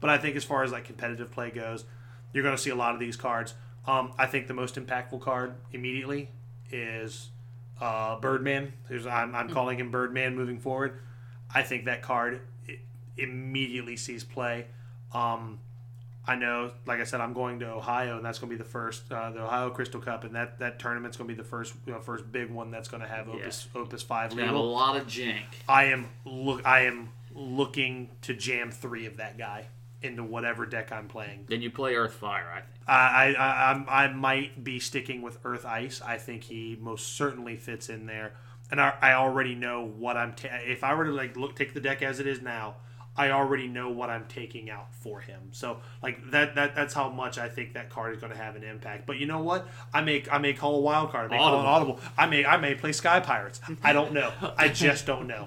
S1: but I think as far as like competitive play goes, you're going to see a lot of these cards. Um, I think the most impactful card immediately is uh, Birdman. There's, I'm, I'm calling him Birdman moving forward. I think that card i immediately sees play. Um, I know, like I said, I'm going to Ohio, and that's going to be the first, uh, the Ohio Crystal Cup, and that that tournament's going to be the first, you know, first big one that's going to have Opus Opus Five
S2: They have a
S1: legal.
S2: lot of jank.
S1: I am look, I am looking to jam three of that guy into whatever deck I'm playing.
S2: Then you play Earthfire, I think.
S1: I, I, I, I'm- I might be sticking with Earth Ice. I think he most certainly fits in there, and I, I already know what I'm. Ta- if I were to like look, take the deck as it is now, I already know what I'm taking out for him. So like that, that that's how much I think that card is going to have an impact. But you know what? I may, I may call a wild card. I may call an audible. I may, I may play Sky Pirates. I don't know. I just don't know.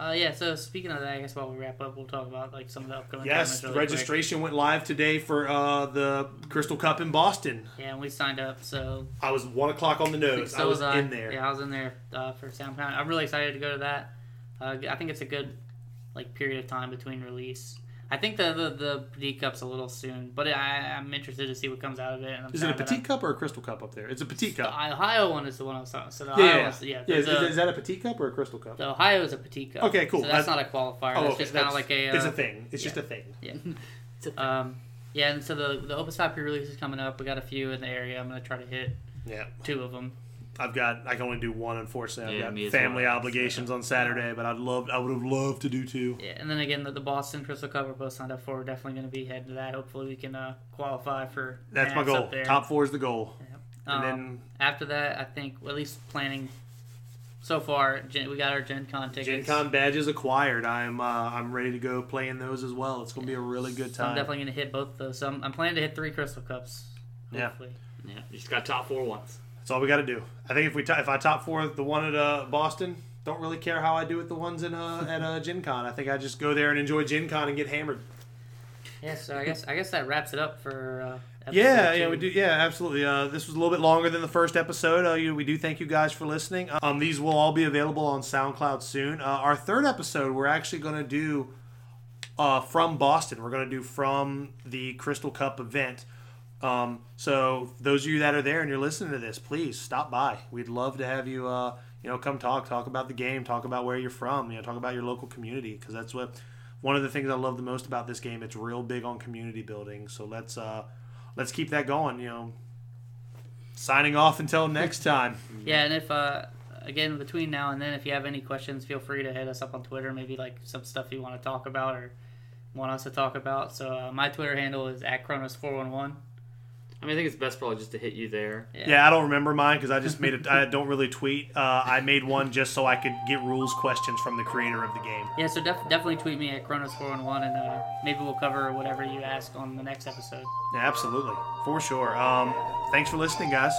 S3: Uh, yeah. So speaking of that, I guess while we wrap up, we'll talk about like some of the upcoming. tournaments
S1: Yes,
S3: really quick.
S1: registration went live today for uh, the Crystal Cup in Boston.
S3: Yeah, and we signed up, so
S1: I was one o'clock on the nose. I
S3: So
S1: was in there.
S3: Yeah, I was in there uh, for Sound Pound. I'm really excited to go to that. Uh, I think it's a good like period of time between release. I think the the, the D cup's a little soon, but I, I'm interested to see what comes out of it. And I'm
S1: Is it a
S3: sad that
S1: petite
S3: I'm-
S1: cup or a crystal cup up there? It's a petite
S3: The
S1: cup.
S3: Ohio one is the one I was talking. So the
S1: Yeah,
S3: Ohio
S1: yeah,
S3: one's- yeah,
S1: Yeah,
S3: the,
S1: is, is that a petite cup or a crystal cup?
S3: the Ohio is a petite cup.
S1: Okay, cool.
S3: So that's
S1: That's-
S3: not a qualifier.
S1: Oh,
S3: that's
S1: okay,
S3: just kind of like a. Uh,
S1: it's a thing. It's just
S3: yeah.
S1: a thing.
S3: Um, yeah, and so the the Opus Five pre-release is coming up. We got a few in the area. I'm gonna try to hit
S1: Yeah,
S3: two of them.
S1: I've got. I can only do one. Unfortunately,
S2: Yeah,
S1: I've
S2: me
S1: got
S2: as
S1: family
S2: well.
S1: obligations on Saturday, but I'd love. I would have loved to do two.
S3: Yeah, and then again, the, the Boston Crystal Cup we're both signed up for. We're definitely going to be heading to that. Hopefully, we can uh, qualify for.
S1: That's my
S3: Nats
S1: goal.
S3: up there.
S1: Top four is the goal. And
S3: Um,
S1: then
S3: after that, I think well, at least planning. So far, Gen, we got our Gen Con
S1: Gen
S3: tickets.
S1: Con badges acquired. I'm uh, I'm ready to go playing those as well. It's gonna be a really good
S3: So I'm
S1: time.
S3: definitely going to hit both of those. So I'm, I'm planning to hit three Crystal Cups.
S1: Yeah.
S3: Hopefully.
S2: Yeah, you just got top four once.
S1: That's all we got to do. I think if we t- if I top four the one at uh, Boston, don't really care how I do with the ones in uh, at uh, Gen Con. I think I just go there and enjoy Gen Con and get hammered.
S3: Yeah. So I guess I guess that wraps it up for. Uh, episode
S1: Yeah, yeah,
S3: two.
S1: we do. Yeah, absolutely. Uh, this was a little bit longer than the first episode. Uh, you, we do thank you guys for listening. Um, these will all be available on SoundCloud soon. Uh, our third episode, we're actually going to do uh, from Boston. We're going to do from the Crystal Cup event. Um, so those of you that are there and you're listening to this, please stop by. We'd love to have you. Uh, you know, come talk, talk about the game, talk about where you're from. You know, talk about your local community because that's what One of the things I love the most about this game, it's real big on community building. So let's uh, let's keep that going. You know, signing off until next time.
S3: Yeah, and if uh, again between now and then, if you have any questions, feel free to hit us up on Twitter. Maybe like some stuff you want to talk about or want us to talk about. So uh, my Twitter handle is at Kronos four one one.
S2: I mean, I think it's best probably just to hit you there.
S3: Yeah.
S1: Yeah, I don't remember mine because I just made it. I don't really tweet. Uh, I made one just so I could get rules questions from the creator of the game.
S3: Yeah, so def- definitely tweet me at Kronos four one one, and uh, maybe we'll cover whatever you ask on the next episode.
S1: Yeah, absolutely, for sure. Um, thanks for listening, guys.